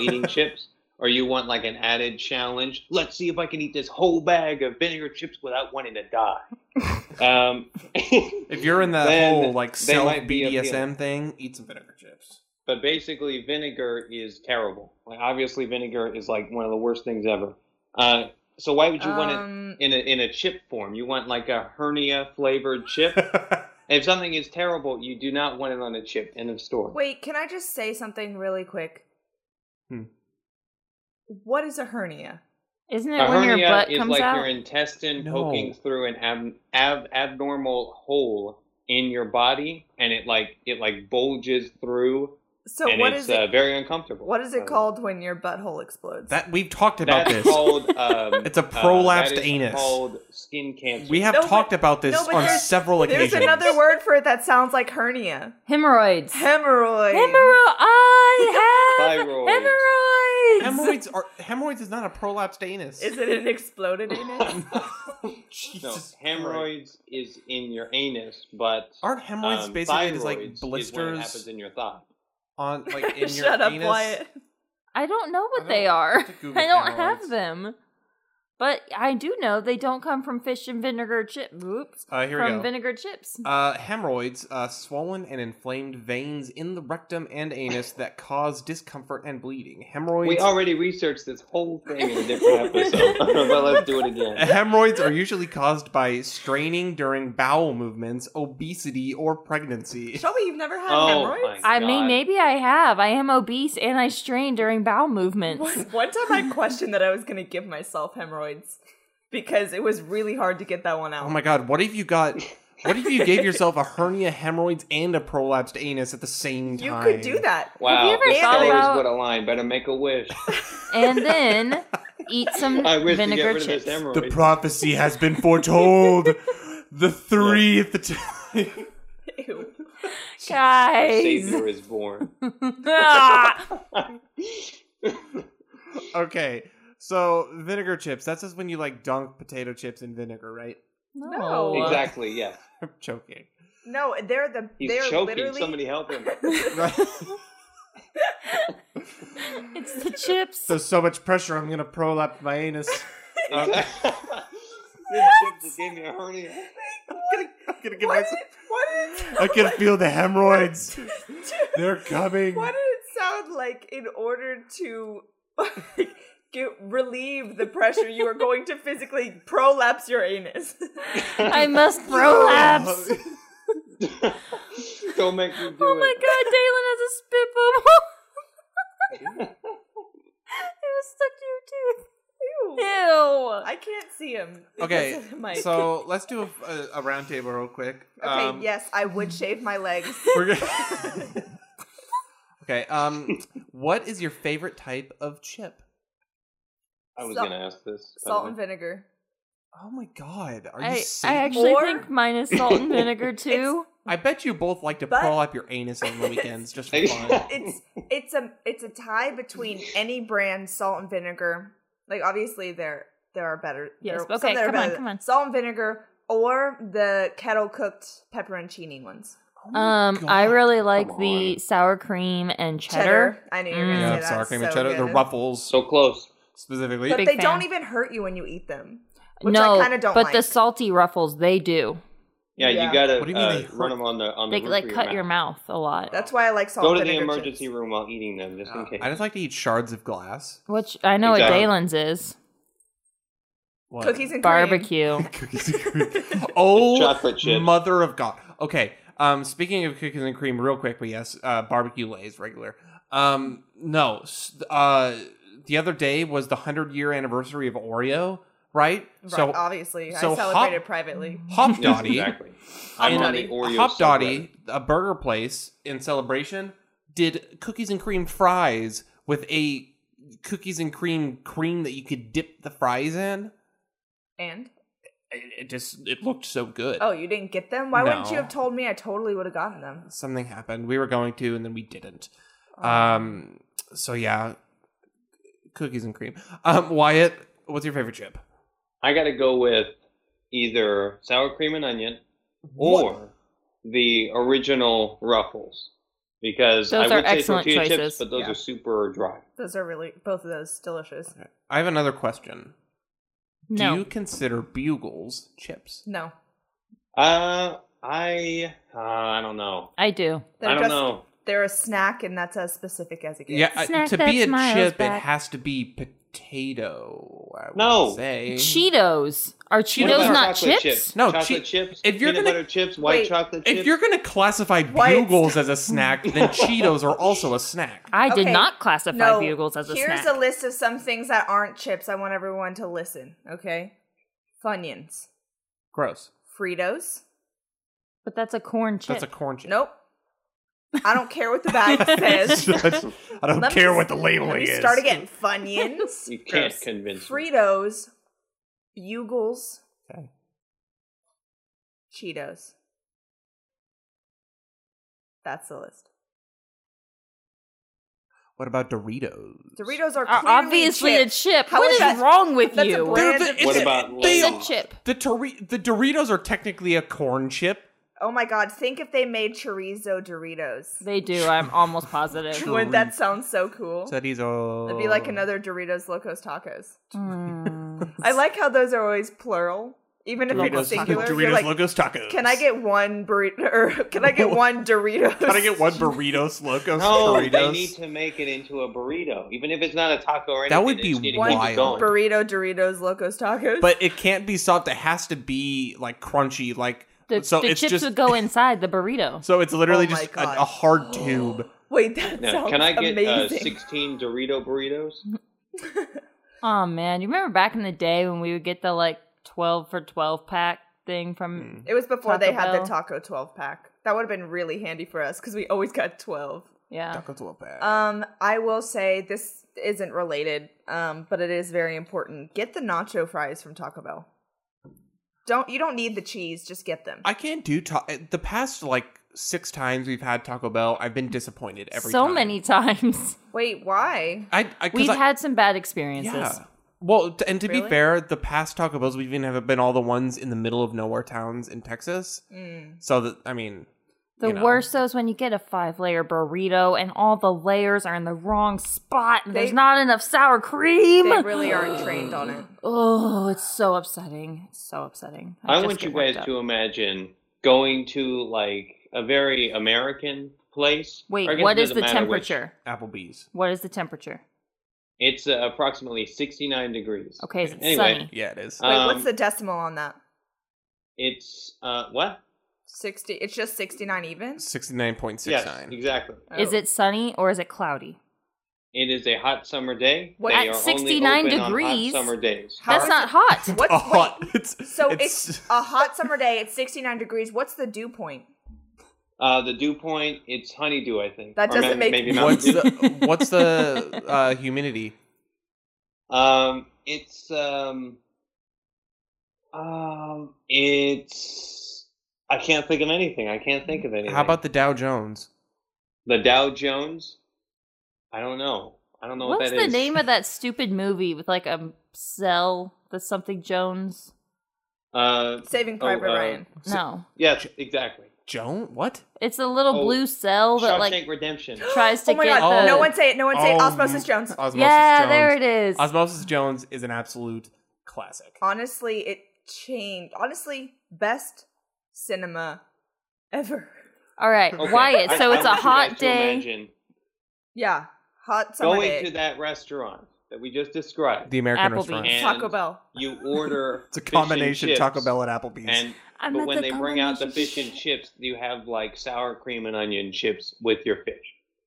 B: [laughs]
D: eating chips, or you want like an added challenge, let's see if I can eat this whole bag of vinegar chips without wanting to
B: [laughs]
D: die. Um,
B: If you're in that
D: Then
B: whole like
D: they
B: self
D: might be
B: BDSM thing, eat some vinegar
D: [laughs]
B: chips.
D: but basically, vinegar is terrible. Like obviously, vinegar is like one of the worst things ever. Uh, so why would you want it
C: Um,
D: in a in a chip form? You want like a hernia
B: [laughs]
D: flavored chip. if something is terrible, you do not want it on a chip. End of story.
C: wait, can I just say something really quick?
B: Hmm.
C: What is a hernia?
A: [laughs] Isn't it
D: A
A: when your
D: hernia
A: butt
D: is
A: comes
D: like
A: out?
D: your intestine
B: No.
D: poking through an ab- ab- abnormal hole in your body, and it like it like bulges through,
C: So
D: and
C: what
D: it's
C: is it?
D: uh, very uncomfortable.
C: what is
D: Uh,
C: it called when your butthole explodes?
B: That we've talked about
D: That's
B: this. [laughs]
D: called. Um,
B: It's a
D: uh, that
B: prolapsed
D: is
B: anus.
D: Called skin cancer.
B: We have
C: No, but-
B: talked about this
C: no, but
B: on
C: there's-
B: several occasions.
C: There's another word for it that sounds like hernia.
A: Hemorrhoids.
C: Hemorrhoid.
D: [laughs]
A: Hemorrhoid. I have
D: Thyroids.
A: hemorrhoids.
B: Hemorrhoids are hemorrhoids is not a prolapsed anus.
C: Is it an
B: [laughs]
C: exploded anus?
D: no,
B: Jesus Christ.
D: hemorrhoids is in your anus, but
B: Aren't hemorrhoids
D: um,
B: basically just
D: thyroids
B: like
D: is when it
B: blisters
D: happens in your thigh.
B: on
D: [laughs]
B: like in your
C: Shut up,
B: anus? [laughs]
C: Wyatt.
A: [laughs] I don't know
B: I
A: what
B: don't-
A: they are.
B: to
A: [laughs]
B: Google
A: I don't
B: hemorrhoids.
A: have them. But I do know they don't come from fish and vinegar chip. Oops.
B: Uh, here we
A: from
B: go.
A: vinegar chips.
B: Uh, hemorrhoids, uh, swollen and inflamed veins in the rectum
A: [laughs]
B: and anus that cause discomfort and bleeding.
D: We
B: Hemorrhoids.
D: already researched this whole thing in a different episode, [laughs] but let's do it again.
B: Hemorrhoids are usually caused by straining during bowel movements, obesity, or pregnancy.
C: Shelby, you've never had
D: Oh,
C: hemorrhoids?
D: my
A: I mean,
D: God.
A: maybe I have. I am obese and I strain during bowel movements.
C: [laughs] One, one time I questioned that I was going to give myself hemorrhoids because it was really hard to get that one out.
B: Oh my god, what if you
C: [laughs]
B: got what if you gave yourself a hernia, hemorrhoids, and a prolapsed anus at the same
C: you
B: time?
C: could do that. [laughs]
D: Wow,
A: ever
D: the
A: thought
D: stars
A: about-
D: would align. Better make
A: [laughs]
D: a wish.
A: And
D: [laughs]
A: then eat some
D: I wish to get
A: vinegar
D: rid of this
A: chips.
D: hemorrhoid.
B: The prophecy has
C: [laughs]
B: been foretold. the three at the [laughs] time.
C: Ew.
D: The
A: Guys.
D: Savior is born.
A: [laughs] Ah!
B: okay, so vinegar chips. That's just when you like dunk potato chips in vinegar, right? [laughs]
A: No.
D: exactly. Yes.
B: I'm choking.
C: No, they're the
D: He's
C: they're
D: choking.
C: literally
D: Somebody
A: [laughs]
D: help [laughs] him.
A: It's the
D: [laughs]
A: chips.
B: There's so much pressure. I'm gonna prolapse my anus.
C: [laughs]
D: This
A: [laughs]
B: Uh,
D: chick just gave me a hernia. [laughs]
B: I'm gonna, I'm gonna get
C: What
B: myself-
C: did, what
B: [laughs]
C: [laughs] did it,
B: I can feel the
C: [laughs]
B: hemorrhoids. They're coming.
C: what did it sound like in order to like, get, relieve the pressure you were going to physically prolapse your anus? [laughs]
A: I must
D: [laughs]
A: prolapse.
D: Don't make me do
A: Oh my
D: it.
A: god, Dalen has a spit bubble. [laughs] it was stuck to your tooth.
C: Ew.
A: Ew.
C: I can't see him. because
B: Okay,
C: of the mic.
B: so let's do a, a, a round table real quick.
C: okay,
B: Um,
C: yes, [laughs] I would shave my legs.
B: We're gonna- [laughs] okay. Um, what is your favorite type of chip?
D: I was
C: Salt-
D: gonna ask this. by the
C: Salt
D: way.
C: and vinegar.
B: Oh my god! Are you
A: I, I
B: serious?
A: actually
C: Or-
A: think mine is salt and
C: [laughs]
A: vinegar too.
B: I bet you both like to
C: But-
B: crawl up your anus on the weekends just for
C: [laughs]
D: [laughs]
B: fun.
C: It's it's a it's a tie between any brand salt and vinegar. Like obviously there there are better.
A: Yes,
C: there
A: but
C: some
A: okay,
C: that are
A: come on,
C: better.
A: come on.
C: Salt and vinegar or the kettle cooked pepperoncini ones.
B: Oh my
A: Um, I
B: God.
A: really like
D: Come
A: the
D: on.
A: sour cream and cheddar.
C: Cheddar. I knew you were
A: Mm.
C: gonna
B: Yeah,
C: say that.
B: sour cream and
C: So
B: cheddar. The
C: good.
B: ruffles
D: so close.
B: specifically.
C: But
A: Big
C: they
A: fan.
C: don't even hurt you when you eat them. Which
A: no,
C: I kind of don't
A: but
C: like.
A: the salty ruffles they do.
D: Yeah,
C: Yeah.
D: you gotta
B: What do you mean
D: uh,
B: they hurt?
D: run them on the on
A: They
D: the. roof
A: like
D: of
A: cut
D: mouth.
A: your mouth a lot.
C: That's why I like salt.
D: Go
C: and
D: to the
C: vinegar
D: emergency
C: chips.
D: room while eating them, just in
B: Uh,
D: case.
B: I just like to eat shards of glass.
A: Which I know what
D: Exactly.
A: Dalen's is
B: What?
C: Cookies and cream. [laughs]
A: barbecue.
B: Cookies and cream. oh,
D: Chocolate chips.
B: mother of God. Okay. Um, speaking of cookies and cream, real quick, but yes, uh, barbecue lays regular. Um, no. s- Uh, the other day was the hundred year anniversary of Oreo, right?
C: Right, Uh,
B: So
C: obviously,
B: so Mm-hmm.
C: I
B: hop-
C: celebrated privately.
D: [laughs]
B: [laughs] Hop
D: Yes,
B: Dotty,
D: exactly. I'm on the
C: Dotty.
D: Oreo
B: Hop
D: subreddit.
B: Dotty, a burger place in celebration, did cookies and cream fries with a cookies and cream cream that you could dip the fries in.
C: And
B: It, it just it looked so good.
C: oh, you didn't get them? Why wouldn't you
B: No.
C: have told me? I totally would have gotten them.
B: something happened. We were going to, and then we didn't.
C: Oh.
B: Um. So yeah, cookies and cream. Um, Wyatt, what's your favorite chip?
D: I gotta go with either sour cream and onion
B: What?
D: or the original Ruffles because
A: Those
D: I
A: are
D: would say
A: excellent
D: tortilla
A: choices.
D: chips, but those
C: Yeah.
D: are super dry.
C: Those are really both of those delicious.
B: I have another question.
A: No.
B: Do you consider bugles chips?
C: No,
D: Uh, I uh, I don't know.
A: I do.
C: they're
D: I don't
C: just
D: know.
C: they're a snack, and that's as specific as it gets.
B: Yeah, I-
A: Snack
B: to
A: that
B: be a
A: smiles
B: chip, it
A: back.
B: has to be potato. I would
D: No.
B: say.
A: Cheetos. Are
D: What
A: Cheetos
D: about
A: not
D: chocolate
A: chips?
B: No,
D: chocolate
B: che-
D: chips.
B: if you're
D: peanut
B: gonna-
D: butter chips, white
C: Wait,
D: chocolate
B: If
D: chips.
B: you're going to classify
C: Why it's-
B: bugles as a snack,
C: [laughs]
B: then Cheetos are also a snack.
A: I did
C: Okay.
A: not classify
C: no,
A: bugles as a
C: here's
A: snack.
C: a list of some things that aren't chips. I want everyone to listen. Okay, Funyuns,
B: Gross.
C: Fritos.
A: but that's a corn chip.
B: That's a corn [laughs] chip.
C: Nope. I don't care what the
B: [laughs]
C: bag says.
B: I don't
C: Let me
B: care
C: s-
B: what the
C: Let
B: labeling
C: me
B: is.
C: start again. Funyuns.
D: you can't
C: Gross.
D: convince me.
C: Fritos, Bugles,
B: Okay.
C: Cheetos. That's the list.
B: What about Doritos?
C: Doritos are
B: Uh,
A: Are
C: clearly
A: Uh, obviously
C: a
A: a
C: chip.
A: chip.
C: How
A: what
C: is
A: is
C: that-
A: wrong with
C: that's a
A: you?
C: brand-
B: They're
C: What
B: the,
D: What
B: it's-
D: about
B: they
A: It's
B: are,
A: a chip.
B: the Tori- the Doritos are technically a corn chip.
C: Oh my god, think if they made chorizo [laughs] Doritos.
A: They do. I'm almost positive.
C: Wouldn't that sound so cool?
B: Chorizo.
C: It'd be like another Doritos Locos Tacos.
A: Mm.
C: [laughs] I like how those are always plural, even if
B: Doritos,
C: it's singular.
B: Doritos
C: You're like,
B: Locos Tacos.
C: can I get one burrito? Or can
B: [laughs]
C: I get one Doritos?
B: Can I get
D: [laughs]
B: one burritos Locos
D: No,
B: Doritos?
D: they need to make it into a burrito, even if it's not a taco or anything.
B: That would
D: they
B: be
D: just need to keep
C: one
D: it
B: wild.
D: going.
C: burrito Doritos Locos Tacos?
B: but it can't be soft. It has to be like crunchy. Like
A: The,
B: so,
A: the
B: it's
A: chips
B: just
A: would go inside the burrito.
B: so it's literally
C: Oh my
B: just a,
C: God.
B: a hard tube.
C: [gasps] Wait, that
D: Now,
C: sounds
D: can I get uh,
C: amazing.
D: 16 Dorito burritos?
A: Oh man, you remember back in the day when we would get the like twelve for twelve pack thing from?
C: It was before
A: Taco
C: they had
A: Bell.
C: the Taco 12 pack. That would have been really handy for us because we always got 12.
A: Yeah.
B: Tacos a little bad.
C: Um, I will say this isn't related, um, but it is very important. Get the nacho fries from Taco Bell. Don't you don't need the cheese, just get them.
B: I can't do ta- the past like six times we've had Taco Bell. I've been disappointed every
A: so
B: time.
A: many [laughs] times
C: Wait, why?
B: I, I 'cause
A: we've
B: I-
A: had some bad experiences.
B: Yeah. Well, t- and to be
C: Really?
B: fair, the past Taco Bells we've been have been all the ones in the middle of nowhere towns in Texas.
C: Mm.
B: So that I mean,
A: The
B: you know.
A: worst though is when you get a five layer burrito and all the layers are in the wrong spot and
C: They-
A: there's not enough sour cream.
C: They really aren't trained on it.
A: oh, it's so upsetting. It's so upsetting.
D: I,
A: just
D: want
A: get
D: you
A: worked
D: guys
A: up.
D: to imagine going to like a very American place. Or I
A: Wait,
D: guess
A: what
D: it
A: is the
D: doesn't matter which.
A: temperature?
B: Applebee's.
A: What is the temperature?
D: It's uh, approximately 69 degrees.
A: Okay, is it
D: Anyway.
A: sunny?
B: Yeah, it is.
C: Wait,
D: Um,
C: what's the decimal on that?
D: It's uh what?
C: 60 It's just 69 even?
B: Sixty nine point six
D: Yes,
B: nine.
D: exactly.
A: Is
C: Oh.
A: it sunny or is it cloudy?
D: It is a hot summer day.
C: What-
D: They
A: At
D: are only
A: 69
D: open on hot
A: degrees?
D: summer days.
C: How
A: That's
C: is
A: not
C: it-
A: hot.
C: What's
B: A [laughs]
C: wait,
B: hot. It's
C: So
B: it's,
C: it's,
D: [laughs]
C: a hot summer day. It's 69 degrees. What's the dew point?
D: Uh, the dew point, it's honeydew, I think.
C: That
D: Or
C: doesn't
D: ma-
C: make-
D: maybe Mountain
B: what's
D: Dew.
B: the what's the uh, humidity?
D: [laughs] Um, it's um, um, it's. I can't think of anything. I can't think of anything.
B: How about the Dow Jones?
D: the Dow Jones? I don't know. I don't know
A: What's
D: what that
A: the
D: is.
A: name of that stupid movie with like a cell, the something Jones?
D: [laughs] Uh,
C: Saving
D: Oh,
C: Private
D: uh,
C: Ryan.
A: No,
D: yes, exactly.
B: Joan? What?
A: it's the little
D: Oh,
A: blue cell that
D: Shawshank
A: like [gasps]
D: Redemption.
A: tries to
C: Oh my
A: get
C: god,
A: the.
C: no one say it, no one say it.
B: Oh,
C: Osmosis Jones.
B: Osmosis
A: yeah,
B: Jones.
A: there it is.
B: Osmosis Jones is an absolute classic.
C: Honestly, it changed. Honestly, best cinema ever. [laughs]
A: All right,
D: Okay,
A: Wyatt.
D: I-
A: So
D: I
A: it's a
D: want you
A: hot
D: guys to
A: day.
D: imagine
C: Yeah. Hot summer
D: Going
C: day.
D: to that restaurant that we just described,
B: The American
A: Applebee's.
B: restaurant.
D: And-
C: Taco Bell.
D: you order
B: [laughs] It's a
D: fish and
B: combination
D: chips,
B: Taco Bell and Applebee's.
D: and
A: I'm
D: but
A: at
D: when
A: the
D: they bring out the
A: combination.
D: fish and chips, you have like sour cream and onion chips with your fish,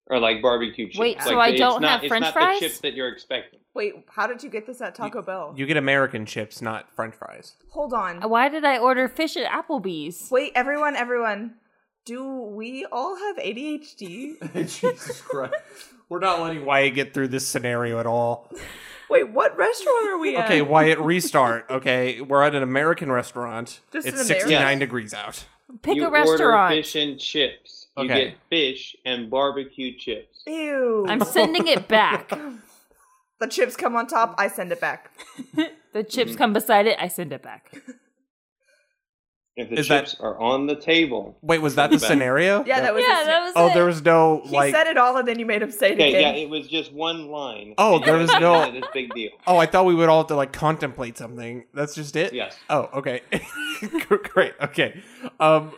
D: or like barbecue chips.
A: Wait,
D: Like,
A: so I
D: it's
A: don't
D: not-
A: have
D: it's
A: French
D: not
A: fries?
D: The chip that you're expecting.
C: Wait, how did you get this at Taco Bell?
B: you get American chips, not French fries.
C: Hold on.
A: Why did I order fish at Applebee's?
C: Wait, everyone, everyone. Do we all have ADHD?
B: Jesus Christ. We're not letting Wyatt get through this scenario at all.
C: Wait, what restaurant are we at?
B: Okay, Wyatt, restart. Okay, we're at an American restaurant.
C: Just
B: it's
C: an American-
B: 69
D: Yes.
B: degrees out.
A: Pick
D: you
A: a
D: Order
A: restaurant.
D: fish and chips. You
B: Okay.
D: get fish and barbecue chips.
C: Ew.
A: I'm sending it back.
C: the chips come on top, I send it back.
D: [laughs]
A: The chips come beside it. I send it back.
D: If the
B: Is that-
D: chips are on the table.
B: Wait, was that the
D: Back.
B: scenario?
C: [laughs] Yeah, that was.
A: yeah,
C: his-
A: that was
B: Oh,
A: it.
B: there was no
C: he
B: like.
C: said it all, and then you made him say it
D: Okay, yeah,
C: again.
D: it was just one line.
B: Oh,
D: And
B: there
D: it
B: was
D: [laughs]
B: no-
D: This big deal.
B: Oh, I thought we would all have to like contemplate something. That's just it.
D: Yes.
B: Oh, okay. [laughs] Great. Okay. Um.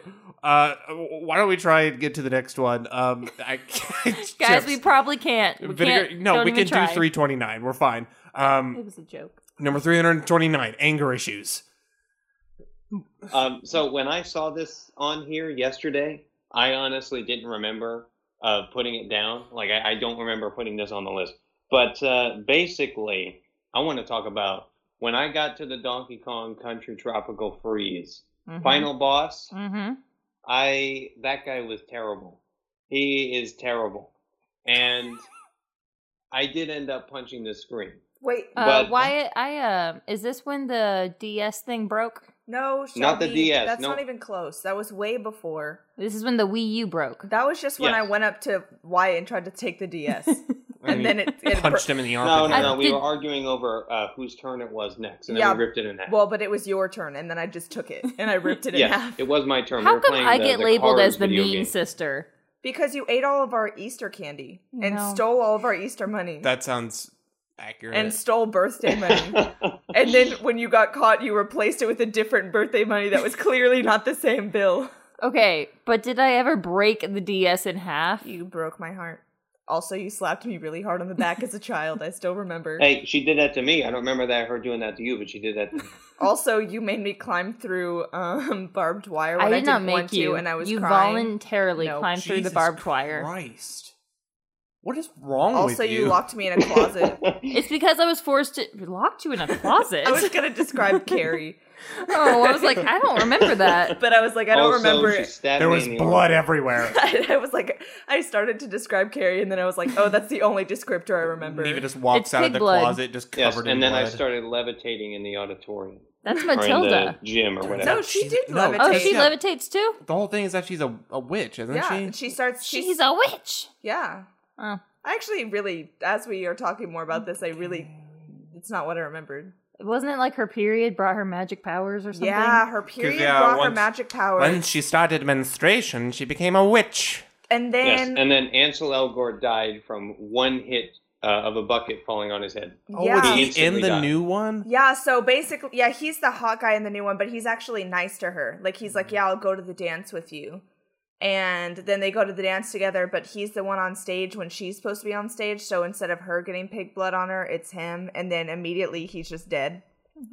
B: Uh. Why don't we try and get to the next one? Um. I, [laughs]
A: Guys,
B: chips.
A: we probably can't. We
B: Vinegar-
A: can't
B: no,
A: don't
B: we
A: even
B: can
A: try.
B: do three twenty nine. We're fine. Um.
A: It was a joke.
B: Number three hundred twenty nine. Anger issues.
D: Um, so when I saw this on here yesterday, I honestly didn't remember uh, putting it down. Like I, I don't remember putting this on the list. But uh, basically, I want to talk about when I got to the Donkey Kong Country Tropical Freeze final boss.
A: Mm-hmm.
D: I that guy was terrible. He is terrible, and I did end up punching the screen.
C: Wait,
A: Uh,
D: But-
A: Wyatt, I uh, is this when the DS thing broke?
C: no,
D: Not the
C: Shelby,
D: DS,
C: That's
D: no.
C: not even close. That was way before.
A: This is when the Wii U broke.
C: That was just when
D: Yes.
C: I went up to Wyatt and tried to take the [laughs] DS,
B: mean,
C: and then it, [laughs] it
B: punched him in the
D: No,
B: armpit.
D: no,
A: I
D: no. We
A: did-
D: were arguing over uh, whose turn it was next, and then
C: Yeah,
D: we ripped it in half.
C: Well, but it was your turn, and then I just took it and I ripped it in
D: yeah,
C: half
D: it was my turn. we
A: How
D: were
A: come
D: playing
A: I
D: the-
A: get
D: the
A: labeled
D: Cars
A: as the
D: video
A: mean
D: game.
A: sister?
C: because you ate all of our Easter candy and
A: No.
C: stole all of our Easter money
B: That sounds accurate.
C: and stole birthday money.
D: [laughs]
C: and then when you got caught, you replaced it with a different birthday money that was clearly not the same bill.
A: Okay, but did I ever break the DS in half?
C: You broke my heart. Also, you slapped me really hard on the back as a child. I still remember.
D: hey, she did that to me. I don't remember that her doing that to you, but she did that. To me.
C: Also, you made me climb through um, [laughs] barbed wire when
A: I
C: I,
A: did
C: didn't
A: not make
C: want
A: you,
C: to, and I was
A: you
C: crying.
A: voluntarily
C: No,
A: climbed through the
B: Jesus
A: barbed wire.
B: Christ. What is wrong
C: also,
B: with
C: you.
B: you?
C: locked me in
A: [laughs]
C: a closet.
A: It's because I was forced to locked you in a
B: [laughs]
A: closet.
C: I was gonna describe Carrie,
A: [laughs] oh, I was like, I
C: [laughs]
A: don't remember that.
C: but I was like, I don't
D: Also,
C: remember
D: she
C: it.
D: stabbed
B: there
D: me
B: was
D: in the
B: blood
D: arm.
B: everywhere.
C: [laughs] I was like, I started to describe Carrie, and then I was like, oh, that's the only descriptor I remember.
B: Neva just walks
A: It's
B: out
A: pig
B: of the
A: blood.
B: closet, just
D: Yes,
B: covered in
D: and then
B: blood.
D: I started levitating in the auditorium
A: That's
D: or in
A: Matilda.
D: the gym or whatever.
C: No, she
B: She's-
C: did
B: no,
C: levitate.
A: Oh, she
B: Yeah.
A: levitates too.
B: The whole thing is that she's a, a witch, isn't
C: yeah,
B: she?
C: and she starts. She's,
A: She's a witch.
C: yeah.
A: Oh.
C: I actually really, as we are talking more about this, I really, it's not what I remembered.
A: Wasn't it like her period brought her magic powers or something?
C: Yeah, her period
B: yeah,
C: brought her
B: once-
C: magic powers,
B: When she started menstruation, she became a witch.
C: and then
D: Yes, and then Ansel Elgort died from one hit uh, of a bucket falling on his head.
B: Oh,
C: yeah.
B: was he in
D: Instantly
B: the
D: died.
B: new one?
C: Yeah, so basically, yeah, he's the hot guy in the new one, but he's actually nice to her. Like he's
D: Mm-hmm.
C: like, "Yeah, I'll go to the dance with you." And then they go to the dance together, but he's the one on stage when she's supposed to be on stage. So instead of her getting pig blood on her, it's him. And then immediately he's just dead.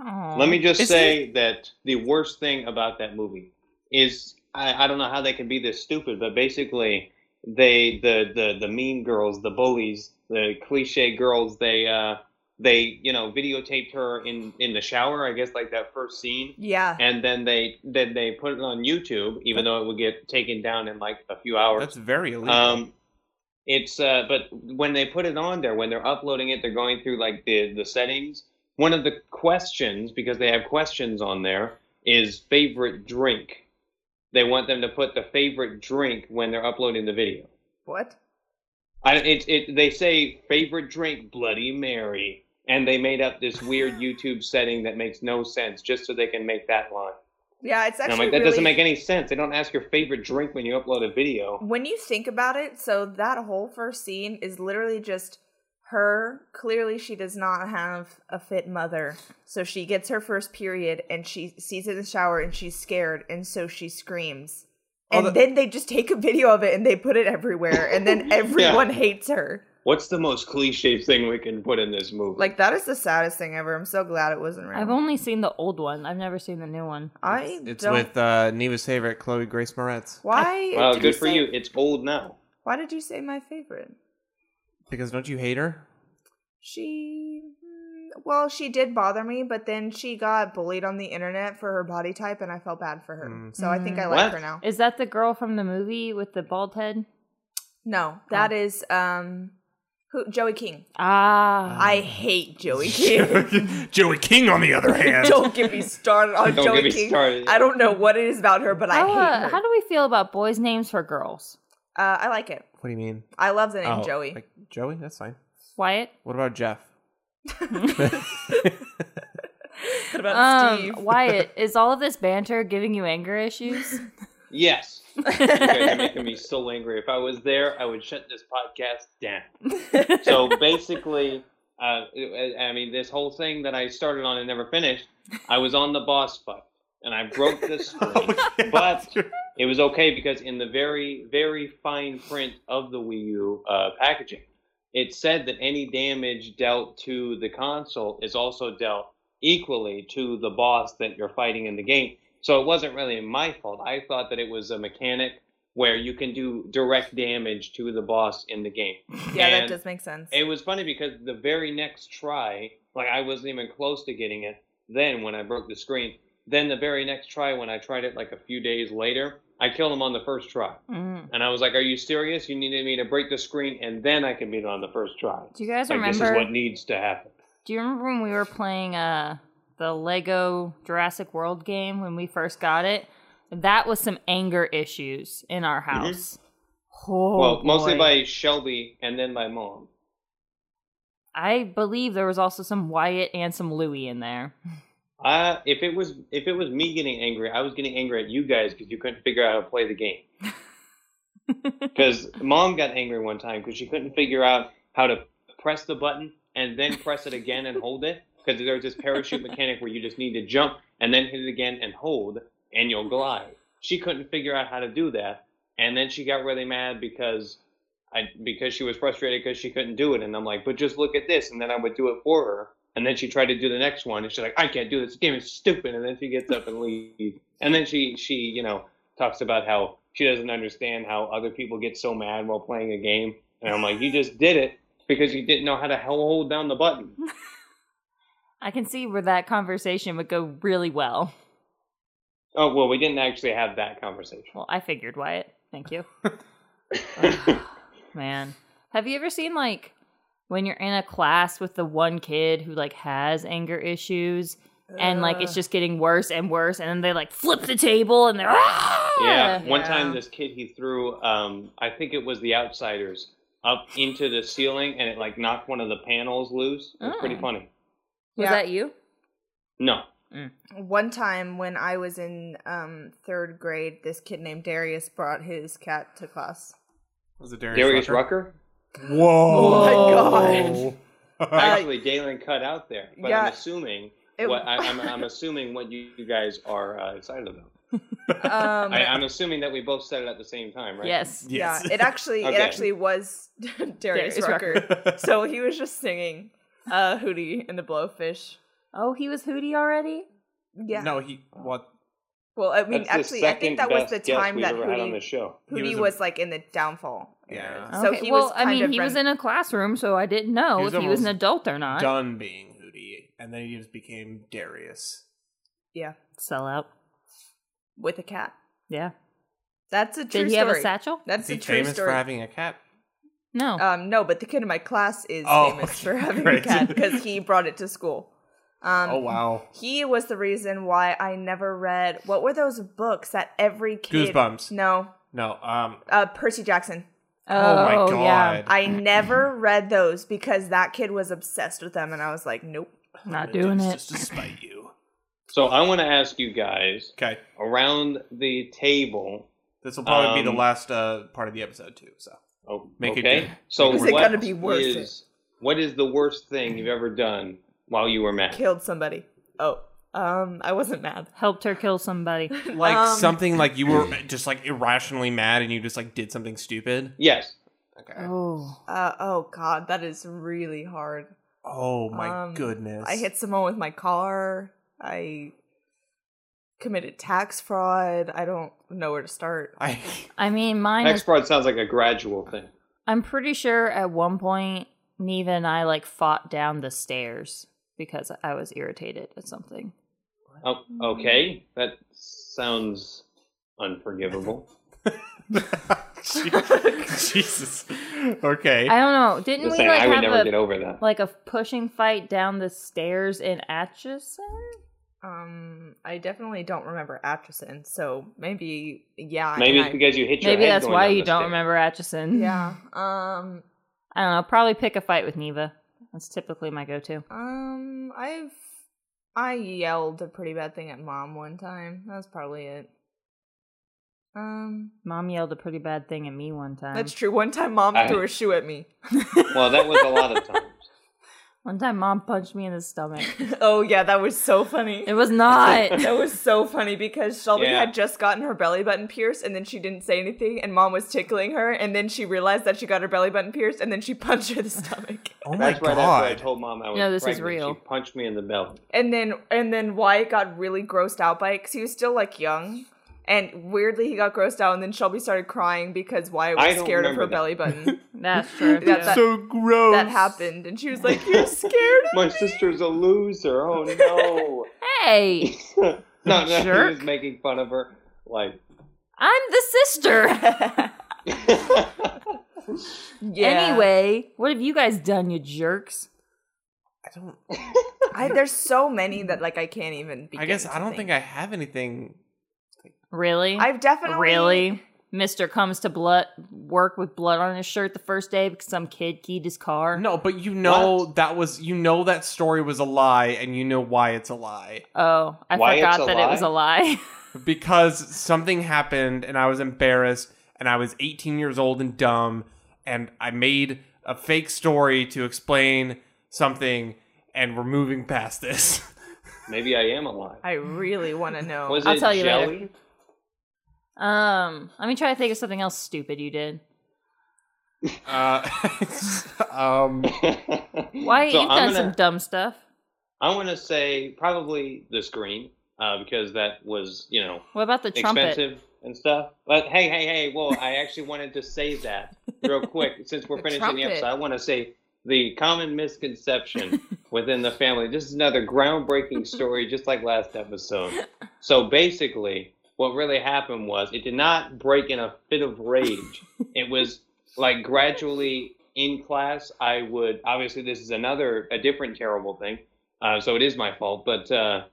A: Aw.
D: Let me just
B: Is
D: say that the worst thing about that movie is I, I don't know how they can be this stupid, but basically they the the the mean girls, the bullies, the cliche girls, they uh they you know videotaped her in in the shower, I guess like that first scene.
C: Yeah,
D: And then they then they put it on YouTube, even though it would get taken down in like a few hours.
B: That's very illegal.
D: Um, it's uh, but when they put it on there, when they're uploading it, they're going through like the the settings. One of the questions, because they have questions on there, is favorite drink. They want them to put the favorite drink when they're uploading the video.
C: what?
D: I, it, it, they say favorite drink Bloody Mary, and they made up this weird YouTube setting that makes no sense just so they can make that line.
C: Yeah, it's
D: And
C: actually
D: I'm like, that
C: really,
D: doesn't make any sense. They don't ask your favorite drink when you upload a video.
C: When you think about it, so that whole first scene is literally just her. Clearly, she does not have a fit mother. So she gets her first period and she sees it in the shower and she's scared. And so she screams.
B: Oh,
C: And
B: the-
C: then they just take a video of it and they put it everywhere. And
B: [laughs]
C: then everyone hates her.
D: What's the most cliche thing we can put in this movie?
C: Like, that is the saddest thing ever. I'm so glad it wasn't real.
A: I've only seen the old one. I've never seen the new one.
C: I
B: it's
C: don't.
B: with uh, Neva's favorite, Chloe Grace Moretz.
C: why?
D: well,
C: did
D: good for
C: say-
D: you. It's old now.
C: Why did you say my favorite?
B: Because don't you hate her?
C: She, mm, well, she did bother me, but then she got bullied on the internet for her body type, and I felt bad for her.
B: Mm.
C: So I think I
D: Mm.
C: like
D: What?
C: her now.
A: Is that the girl from the movie with the bald head?
C: No, that is um, who Joey King.
D: Oh.
A: Ah,
C: I hate
D: [laughs]
C: Joey King.
B: [laughs] Joey King, on the other hand.
C: don't get me started on
D: Don't
C: Joey
D: get me
C: King.
D: started.
C: I don't know what it is about her, but
A: how,
C: I hate
A: uh,
C: her.
A: how do we feel about boys' names for girls?
C: uh, I like it.
B: What do you mean?
C: I love the name
B: Oh,
C: Joey.
B: Like, Joey?
C: [laughs]
B: That's fine.
A: Wyatt,
B: What about Jeff?
C: talking about
A: Um,
C: Steve.
A: Wyatt, is all of this banter giving you anger issues?
D: Yes. You guys are making me so angry. If I was there, I would shut this podcast down. so basically, uh, I I mean, this whole thing that I started on and never finished, I was on the boss fight and I broke the
B: Oh
D: screen. But it was okay because in the very, very fine print of the Wii U uh, packaging, it said that any damage dealt to the console is also dealt equally to the boss that you're fighting in the game. So it wasn't really my fault. I thought that it was a mechanic where you can do direct damage to the boss in the game.
C: yeah, that
D: and
C: does make sense.
D: It was funny because the very next try, like I wasn't even close to getting it then when I broke the screen. Then the very next try, when I tried it like a few days later, I killed him on the first try.
A: Mm.
D: And I was like, Are you serious? You needed me to break the screen and then I can beat it on the first try.
A: Do you guys
D: Like, this is
A: remember-
D: what needs to happen.
A: Do you remember when we were playing uh the Lego Jurassic World game when we first got it? That was some anger issues in our house. Oh,
D: Mm-hmm. well, mostly
A: boy.
D: by Shelby and then by mom.
A: I believe there was also some Wyatt and some Louie in there.
D: Uh, if it was if it was me getting angry, I was getting angry at you guys because you couldn't figure out how to play the game. Because mom got angry one time because she couldn't figure out how to press the button and then press it again and hold it because there's this parachute mechanic where you just need to jump and then hit it again and hold and you'll glide. She couldn't figure out how to do that, and then she got really mad because I because she was frustrated because she couldn't do it, and I'm like, but just look at this, and then I would do it for her, and then she tried to do the next one, and she's like, I can't do this. This game is stupid, and then she gets up and leaves, and then she she you know talks about how she doesn't understand how other people get so mad while playing a game, and I'm like, you just did it because you didn't know how to hold down the button.
A: I can see where that conversation would go really well.
D: Oh well, we didn't actually have that conversation.
A: Well, I figured Wyatt. Thank [laughs] you. Man, have you ever seen like when you're in a class with the one kid who like has anger issues and like it's
C: Ugh.
A: just getting worse and worse and then they like flip the table and they're ah!
D: Yeah. One time,
C: Yeah.
D: this kid he threw, um, I think it was The Outsiders, up into the ceiling, and it like knocked one of the panels loose. It was pretty
A: Oh.
D: funny.
A: Was
C: Yeah.
A: that you?
D: No,
C: One time when I was in um, third grade, this kid named Darius brought his cat to class.
B: [laughs] Was it Darius,
D: Darius
B: Rucker? Oh.
D: Rucker.
B: [laughs]
C: Oh
B: Whoa! my god!
C: Uh,
D: Actually, Dalen cut out there, but
C: yeah.
D: I'm assuming
C: It-
D: what
C: [laughs]
D: I, I'm, I'm assuming what you, you guys are uh, excited about.
C: Um,
D: [laughs] I, I'm assuming that we both said it at the same time, right?
A: Yes.
B: yes. [laughs]
C: Yeah, it actually it
D: Okay.
C: actually was [laughs] Darius,
A: Darius
C: Rucker. so he was just singing uh, "Hootie and the Blowfish."
A: Oh, he was Hootie already?
C: Yeah.
B: No, he what?
C: Well, I mean,
D: That's the
C: actually, I think
D: second
C: that was the
D: best guess
C: time
D: we've
C: that
D: ever had on
C: Hootie,
D: this show.
B: He
C: Hootie
B: was
C: was,
B: a-
C: like in the downfall.
B: Yeah.
C: So
A: okay,
C: he
A: well,
C: was
A: I
C: kind
A: mean,
C: of
A: he was
C: ren-
A: in a classroom, so I didn't know
B: He was
A: if he was an
B: almost
A: adult or not.
B: Done being Hootie, and then he just became Darius.
C: yeah
A: Sell out.
C: with a cat.
A: Yeah.
C: That's a true
A: Did he
C: story.
A: have a satchel?
C: That's
B: Is
C: a
B: he
C: true
B: famous
C: story.
B: for having a cat?
A: No.
C: um, no, but the kid in my class is
B: Oh, [laughs]
C: famous for having
B: great.
C: a cat because he brought it to school. Um,
B: oh wow!
C: He was the reason why I never read. What were those books that every kid?
B: Goosebumps.
C: No,
B: No. Um.
C: uh, Percy Jackson.
B: Oh, my
A: Oh,
B: god!
A: yeah.
C: I never read those because that kid was obsessed with them, and I was like, nope.
A: Not
B: I'm gonna do
A: doing
B: this
A: it.
B: Just to spite you.
D: So I want to ask you guys
B: Okay.
D: around the table.
B: This will probably be the
D: Um,
B: last uh, part of the episode too. So
D: Oh,
B: Make it
D: okay.
B: good.
D: so
C: Is
D: what
C: it
D: is
C: gonna be worth it?
D: what is the worst thing you've ever done while you were mad?
C: Killed somebody. Oh, um, I wasn't mad.
A: Helped her kill [laughs] somebody.
B: like
C: Um,
B: something like you were just like irrationally mad and you just like did something stupid.
D: Yes.
B: Okay.
A: oh.
C: Uh, oh God, that is really hard.
B: Oh my
C: Um,
B: goodness!
C: I hit [laughs] someone with my car. I committed tax fraud. I don't know where to start.
B: [laughs] I
A: I mean, mine is
D: Next part sounds like a gradual thing.
A: I'm pretty sure at one point Neva and I like fought down the stairs because I was irritated at something.
D: Oh, okay. That sounds unforgivable.
B: Jesus. Okay.
A: I don't know. Didn't
D: Just
A: we
D: saying,
A: like
D: I would
A: have
D: never get
A: a,
D: over that.
A: like a pushing fight down the stairs in Atchison?
C: Um, I definitely don't remember Atchison, so maybe yeah. and
D: Maybe it's
C: I-
D: because you hit your
A: Maybe
D: head
A: that's
D: going
A: why
D: down
A: you
D: the
A: don't
D: stairs.
A: remember Atchison.
C: yeah.
A: [laughs]
C: Um,
A: I don't know. Probably pick a fight with Neva. That's typically my go-to.
C: Um, I've I yelled a pretty bad thing at mom one time. That was probably it. Um,
A: Mom yelled a pretty bad thing at me one time.
C: that's true. One time mom
D: I-
C: threw a shoe at me. [laughs]
D: [laughs] Well, that was
A: [laughs]
D: a lot of times.
A: One time, mom punched me in the
C: [laughs]
A: stomach.
C: oh yeah, that was so funny. [laughs]
A: It was not.
C: that was so funny because Shelby
D: Yeah.
C: had just gotten her belly button pierced and then she didn't say anything and mom was tickling her and then she realized that she got her belly button pierced and then she punched her in the stomach.
B: Oh
D: That's
B: my
D: right after I
B: god.
D: told mom I was
A: No, this is
D: pregnant.
A: real.
D: She punched me in the belly.
C: And then and then Wyatt got really grossed out by it because he was still like young. And weirdly, he got grossed out, and then Shelby started crying because Wyatt
D: I
C: was
D: don't
C: scared of her
D: remember that.
C: belly
B: [laughs]
C: button.
A: That's true.
C: That's
A: too.
C: that-
B: so gross.
C: that happened, and she was like,
B: [laughs]
C: "You're scared of
D: My sister's a loser.
A: [laughs]
D: Oh no. [laughs]
A: hey,
D: no, no, he
A: Jerk.
D: was making fun of her. Like,
A: I'm the sister.
C: [laughs] yeah.
A: [laughs] Anyway, what have you guys done, you jerks?
B: I don't.
C: I, there's so many that like I can't even. Begin
B: I guess
C: to
B: I don't think
C: think
B: I have anything.
A: Really?
C: I've definitely
A: really. Mister comes to blood work with blood on his shirt the first day because some kid keyed his car.
B: No, but you know that was you know that story was a lie, and you know why it's a lie
A: Oh, I
D: Why it's
A: forgot
D: a
A: that it was
D: lie?
A: a lie.
B: because something happened, and I was embarrassed, and I was 18 years old and dumb, and I made a fake story to explain something, and we're moving past this. [laughs]
D: maybe I am alive.
C: I really want
D: [laughs]
C: to
B: Oh.
C: know.
D: Was
A: I'll
D: it
A: tell you later.
D: jelly?
A: [laughs] um, let me try to think of something else stupid you did.
B: Uh, [laughs] um,
D: [laughs]
A: Why
D: So
A: you've done
D: I'm gonna-
A: some dumb stuff?
D: I want to say probably the screen uh, because that was you know
A: What about the trumpet?
D: expensive and stuff. But hey, hey, hey! Well, I actually wanted to say that real quick since we're
C: The
D: finishing
C: trumpet.
D: the episode. I want to say the common misconception within the family. This is another groundbreaking story, just like last episode. So basically, what really happened was it did not break in a fit of rage. it was like gradually in class. I would obviously this is another a different terrible thing. Uh, so it is my fault, but. Uh,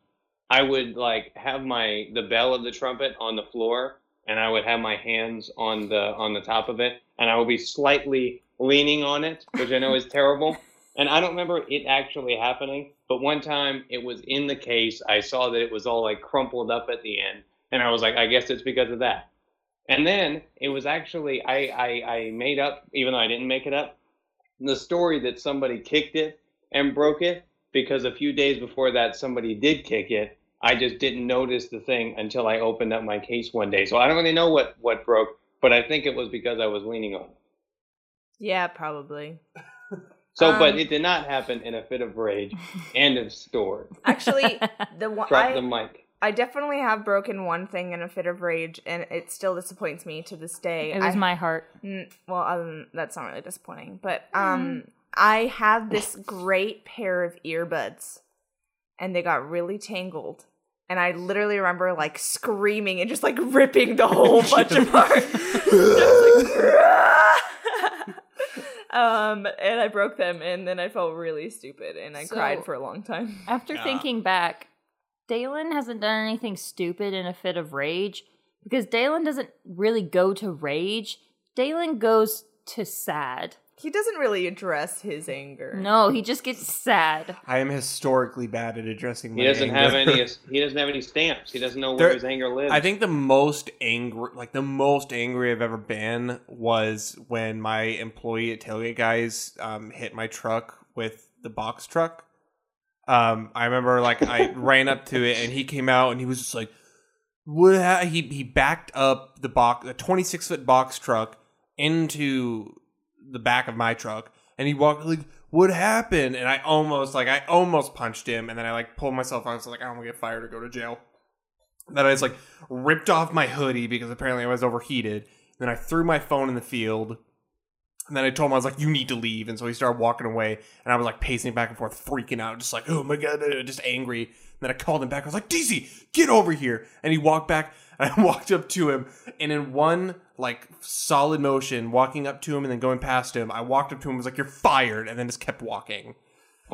D: I would like have my the bell of the trumpet on the floor, and I would have my hands on the on the top of it, and I would be slightly leaning on it, which I know is terrible. And I don't remember it actually happening, but one time it was in the case. I saw that it was all like crumpled up at the end, and I was like, I guess it's because of that. And then it was actually I I, I made up, even though I didn't make it up, the story that somebody kicked it and broke it because a few days before that somebody did kick it. I just didn't notice the thing until I opened up my case one day. So I don't really know what what broke, but I think it was because I was leaning on it.
C: yeah, probably.
D: So, but
C: Um,
D: it did not happen in a fit of
C: [laughs]
D: rage. End of story.
C: Actually, the one
D: Drop
C: I,
D: the mic.
C: I definitely have broken one thing in a fit of rage, and it still disappoints me to this day.
A: [laughs] It was
C: I-
A: my heart.
C: Mm, well, other than, that's not really disappointing, but
A: Mm.
C: um, I had this great pair of earbuds, and they got really tangled, and I literally remember like screaming and just like ripping the whole
A: [laughs]
C: bunch apart. [laughs] I was like, [laughs] um, and I broke them, and then I felt really stupid, and I
A: So-
C: cried for a long time.
A: After
B: Yeah.
A: thinking back, Dalen hasn't done anything stupid in a fit of rage because Dalen doesn't really go to rage. Dalen goes to sad.
C: He doesn't really address his anger.
A: No, he just gets sad.
B: I am historically bad at addressing. My
D: He doesn't have
B: [laughs] anger.
D: any. He doesn't have any stamps. He doesn't know where
B: There-
D: his anger lives.
B: I think the most angry, like the most angry I've ever been, was when my employee at Tailgate Guys um, hit my truck with the box truck. Um, I remember like I ran up to it and he came out and he was just like, "What?" ha-" He he backed up the box, the twenty six foot box truck into the back of my truck and he walked like what happened and i almost like i almost punched him and then i like pulled myself out and was like i don't want to get fired or go to jail then i just like ripped off my hoodie because apparently i was overheated then i threw my phone in the field and then i told him i was like you need to leave and so he started walking away and i was like pacing back and forth freaking out just like oh my god [laughs] uh, just angry and then i called him back i was like dc get over here and he walked back [laughs] and i walked up to him and in one like solid motion walking up to him and then going past him i walked up to him and was like you're fired and then just kept walking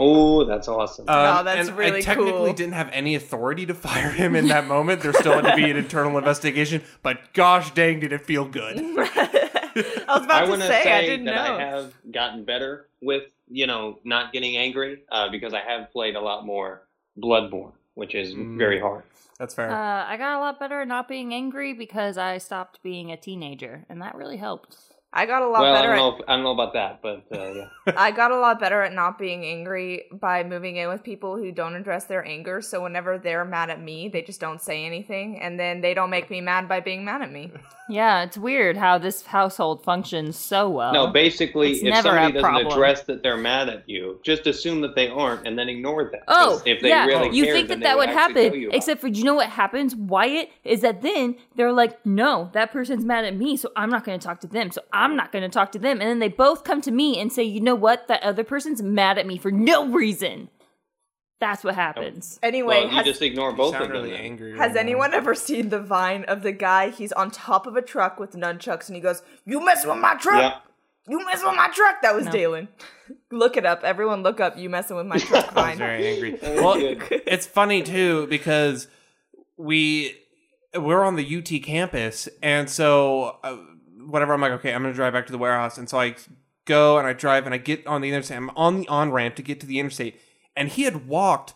D: oh, that's awesome.
B: Uh,
C: Wow, that's
B: Um, and I
C: really
B: technically
C: cool.
B: didn't have any authority to fire him in that moment. There still had to
C: [laughs]
B: be an internal investigation, but gosh dang, did it feel good.
C: [laughs] I was about
D: I
C: to
D: want to
C: say, I
D: say
C: didn't
D: that
C: know.
D: I have gotten better with you know not getting angry uh, because I have played a lot more Bloodborne. which is
B: Mm.
D: very hard.
B: That's fair.
A: Uh, I got a lot better at not being angry because I stopped being a teenager, and that really helped.
C: I got a lot
D: Well, I
C: better
D: don't
C: at
D: know. If, I don't know about that, but uh, yeah.
C: I got a lot better at not being angry by moving in with people who don't address their anger. So whenever they're mad at me, they just don't say anything, and then they don't make me mad by being mad at
D: [laughs]
C: me.
A: Yeah, it's weird how this household functions so well.
D: No, basically,
A: Uh-huh. It's
D: if
A: never
D: somebody
A: a
D: doesn't
A: problem.
D: address that they're mad at you, just assume that they aren't and then ignore them. 'Cause
A: Oh,
D: if they
A: yeah.
D: really
A: you
D: cared,
A: think
D: then
A: that
D: they
A: that would
D: actually tell
A: happen,
D: you about
A: except for you know what happens, Wyatt, is that then they're like, no, that person's mad at me, so I'm not going to talk to them, so I'm not going to talk to them, and then they both come to me and say, you know what, that other person's mad at me for no reason. That's what happens.
D: it.
C: Anyway,
D: Well, you
C: has,
D: just ignore
B: You
D: both of
B: sound
D: them.
B: really
D: then.
B: angry. right
C: has
B: now.
C: anyone ever seen the vine of the guy? He's on top of a truck with nunchucks, and he goes, "You mess with my truck."
D: Yeah.
C: You mess with my truck. That was
A: No.
C: Dalen. [laughs] look it up. Everyone, look up. You messing with
D: [laughs]
C: my
B: I
C: truck.
B: was
C: Vine. [laughs]
B: very angry.
D: That was
B: well,
D: good.
B: it's funny too because we we're on the UT campus, and so uh, whatever. I'm like, okay, I'm gonna drive back to the warehouse, and so I go and I drive and I get on the interstate. I'm on the on ramp to get to the interstate, and he had walked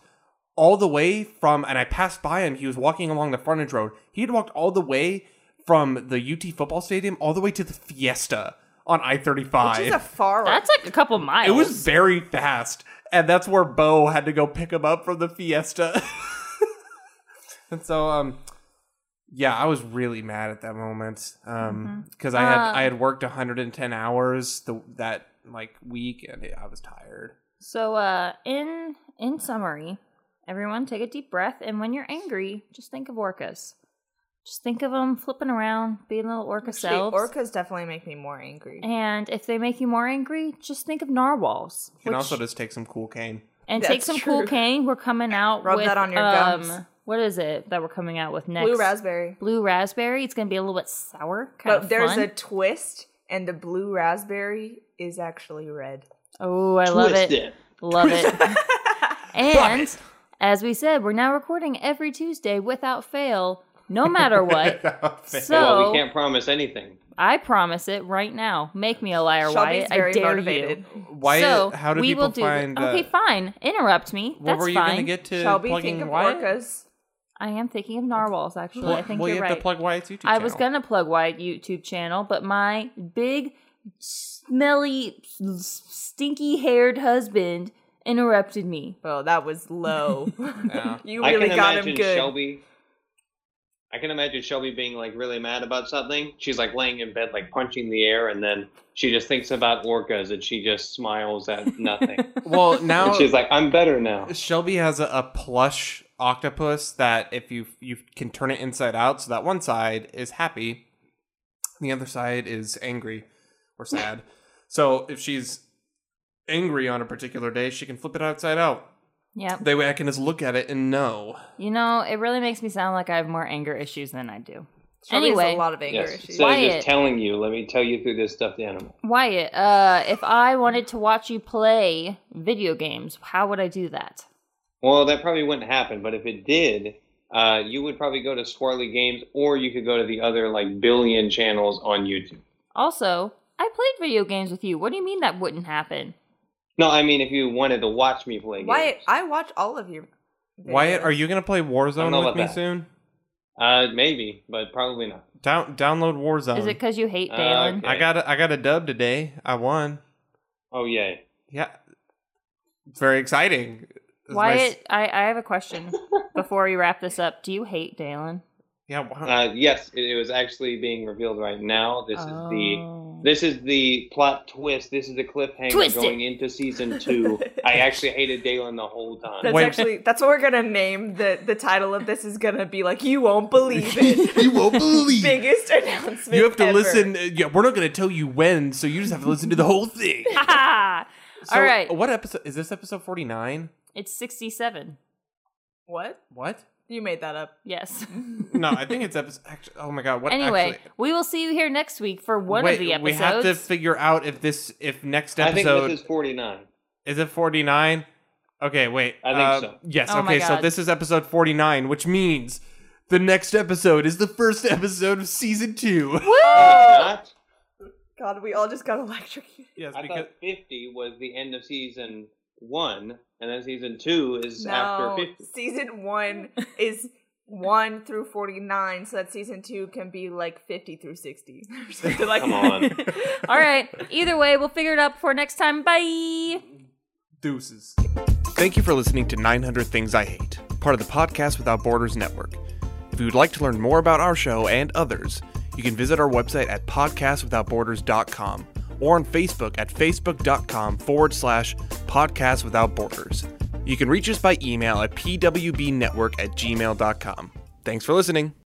B: all the way from, and I passed by him. He was walking along the frontage road. He had walked all the way from the UT football stadium all the way to the Fiesta on I-35.
C: Which is a far.
A: That's like a couple miles.
B: It was very fast, and that's where Bo had to go pick him up from the fiesta. [laughs] and so, um, yeah, I was really mad at that moment um, because I had
A: Uh,
B: I had worked 110 hours the, that like week, and I was tired.
A: So, uh, in in summary, everyone take a deep breath, and when you're angry, just think of orcas. Just think of them flipping around, being little orca
C: Actually,
A: selves.
C: orcas definitely make me more angry.
A: And if they make you more angry, just think of narwhals.
B: You can
A: which-
B: also just take some cool cane. [laughs]
A: and
C: That's
A: take some
C: true.
A: cool cane. We're coming out
C: Rub
A: with
C: that on your
A: um,
C: gums.
A: What is it that we're coming out with next?
C: Blue raspberry.
A: Blue raspberry. It's gonna be a little bit sour. Kind
C: But
A: of
C: there's
A: fun.
C: a twist, and the blue raspberry is actually red.
A: Oh, I love
D: Twist
A: it. Love
C: [laughs]
A: it. And as we said, we're now recording every Tuesday without fail, no matter
B: [laughs]
A: what.
D: Well,
A: so
D: we can't promise anything.
A: I promise it right now. Make me a liar,
C: Shelby's
A: Wyatt. I
C: very
A: dare
C: motivated.
A: you.
B: Why?
A: so
B: how do
A: we
B: people
A: will do
B: find?
A: okay,
B: uh,
A: fine. Interrupt me.
B: what
A: That's
B: were you
A: fine.
B: gonna get to
C: Shelby,
B: plugging
C: think of
B: Wyatt?
C: orcas.
A: I am thinking of narwhals. Actually,
B: Well,
A: I think
B: well,
A: you're
B: you have
A: right.
B: to plug Wyatt's YouTube.
A: I was
B: channel.
A: gonna plug Wyatt YouTube channel, but my big, smelly, stinky-haired husband interrupted me.
C: Well, that
A: [laughs]
C: was low. [laughs]
B: Yeah.
C: you
D: I
C: really
D: can
C: got
D: imagine
C: him good.
D: Shelby. I can imagine Shelby being like really mad about something. She's like laying in bed, like punching the air, and then she just thinks about orcas and she just smiles
A: [laughs]
D: at nothing.
B: Well, now
A: Oh.
D: and she's like, "I'm better now."
B: Shelby has a, a plush octopus that if you you can turn it inside out, so that one side is happy, and the other side is angry or sad. so if she's angry on a particular day, she can flip it upside out.
A: Yep.
B: That way, I can just look at it and know.
A: You know, it really makes me sound like I have more anger issues than I do.
C: Shelby has
A: anyway,
C: a lot of anger
D: Yes.
C: issues.
D: Instead of
A: Wyatt.
D: just telling you, let me tell you through this stuffed animal.
A: Wyatt, uh, if I wanted to watch you play video games, how would I do that?
D: Well, that probably wouldn't happen, but if it did, uh, you would probably go to Swirly Games, or you could go to the other like billion channels on YouTube.
A: Also, I played video games with you. What do you mean that wouldn't happen?
D: No, I mean if you wanted to watch me play games.
C: Wyatt, I watch all of your.
B: Wyatt,
C: videos.
B: are you gonna play
D: I don't know
B: Warzone with
D: about
B: me
D: that.
B: soon?
D: Uh, maybe, but probably not.
B: Down download Warzone.
A: Is it because you hate Dalen?
D: okay.
B: I got a, I got a dub today. I won.
D: Oh yay!
B: Yeah, it's very exciting. It's my s-
A: Wyatt, I, I have a
B: [laughs]
A: question before we wrap this up. Do you hate Dalen?
B: Yeah. Wow.
D: Uh, yes, it, it was actually being revealed right now. This is the
A: Oh.
D: this is the plot twist. This is the cliffhanger
A: Twist it.
D: going into
A: [laughs]
D: season two. I actually hated Dalen the whole time.
C: That's
B: Wait.
C: actually that's what we're gonna name the the title of this is gonna be like you won't believe it.
B: [laughs] you won't believe.
C: [laughs] Biggest announcement.
B: You have to
C: ever.
B: listen. uh, Yeah, we're not going to tell you when, so you just have to listen to the
A: [laughs]
B: whole thing.
A: Ah!
B: So,
A: All right.
B: What episode is this? Episode forty nine.
A: It's 67.
C: What?
B: What?
C: You made that up.
B: [laughs]
A: Yes.
B: No, I think it's episode. Actually, oh my god. What?
A: anyway,
B: actually-
A: we will see you here next week for one
B: Wait,
A: of the episodes.
B: We have to figure out if this, if next
D: I think
B: episode
D: this is forty nine.
B: is it forty nine. Okay, wait.
D: I think
B: uh,
D: so.
B: Yes.
A: Oh my
B: okay, so
A: God.
B: this is episode forty nine, which means the next episode is the first episode of season two.
A: Oh.
D: Not.
C: God, we all just got electrocuted.
B: [laughs] yes,
D: I
B: because
D: thought fifty was the end of season one, and then season two is
C: No,
D: after 50.
C: season one is one through forty nine, so that season two can be like fifty through sixty. or [laughs] something like
D: Come
C: that.
D: on.
A: All right. Either way, we'll figure it out before next time. Bye.
B: Deuces. Thank you for listening to 900 Things I Hate, part of the Podcast Without Borders Network. If you would like to learn more about our show and others, you can visit our website at podcastwithoutborders.com or on Facebook at facebook.com forward slash podcast without borders. You can reach us by email at pwbnetwork at gmail.com. Thanks for listening.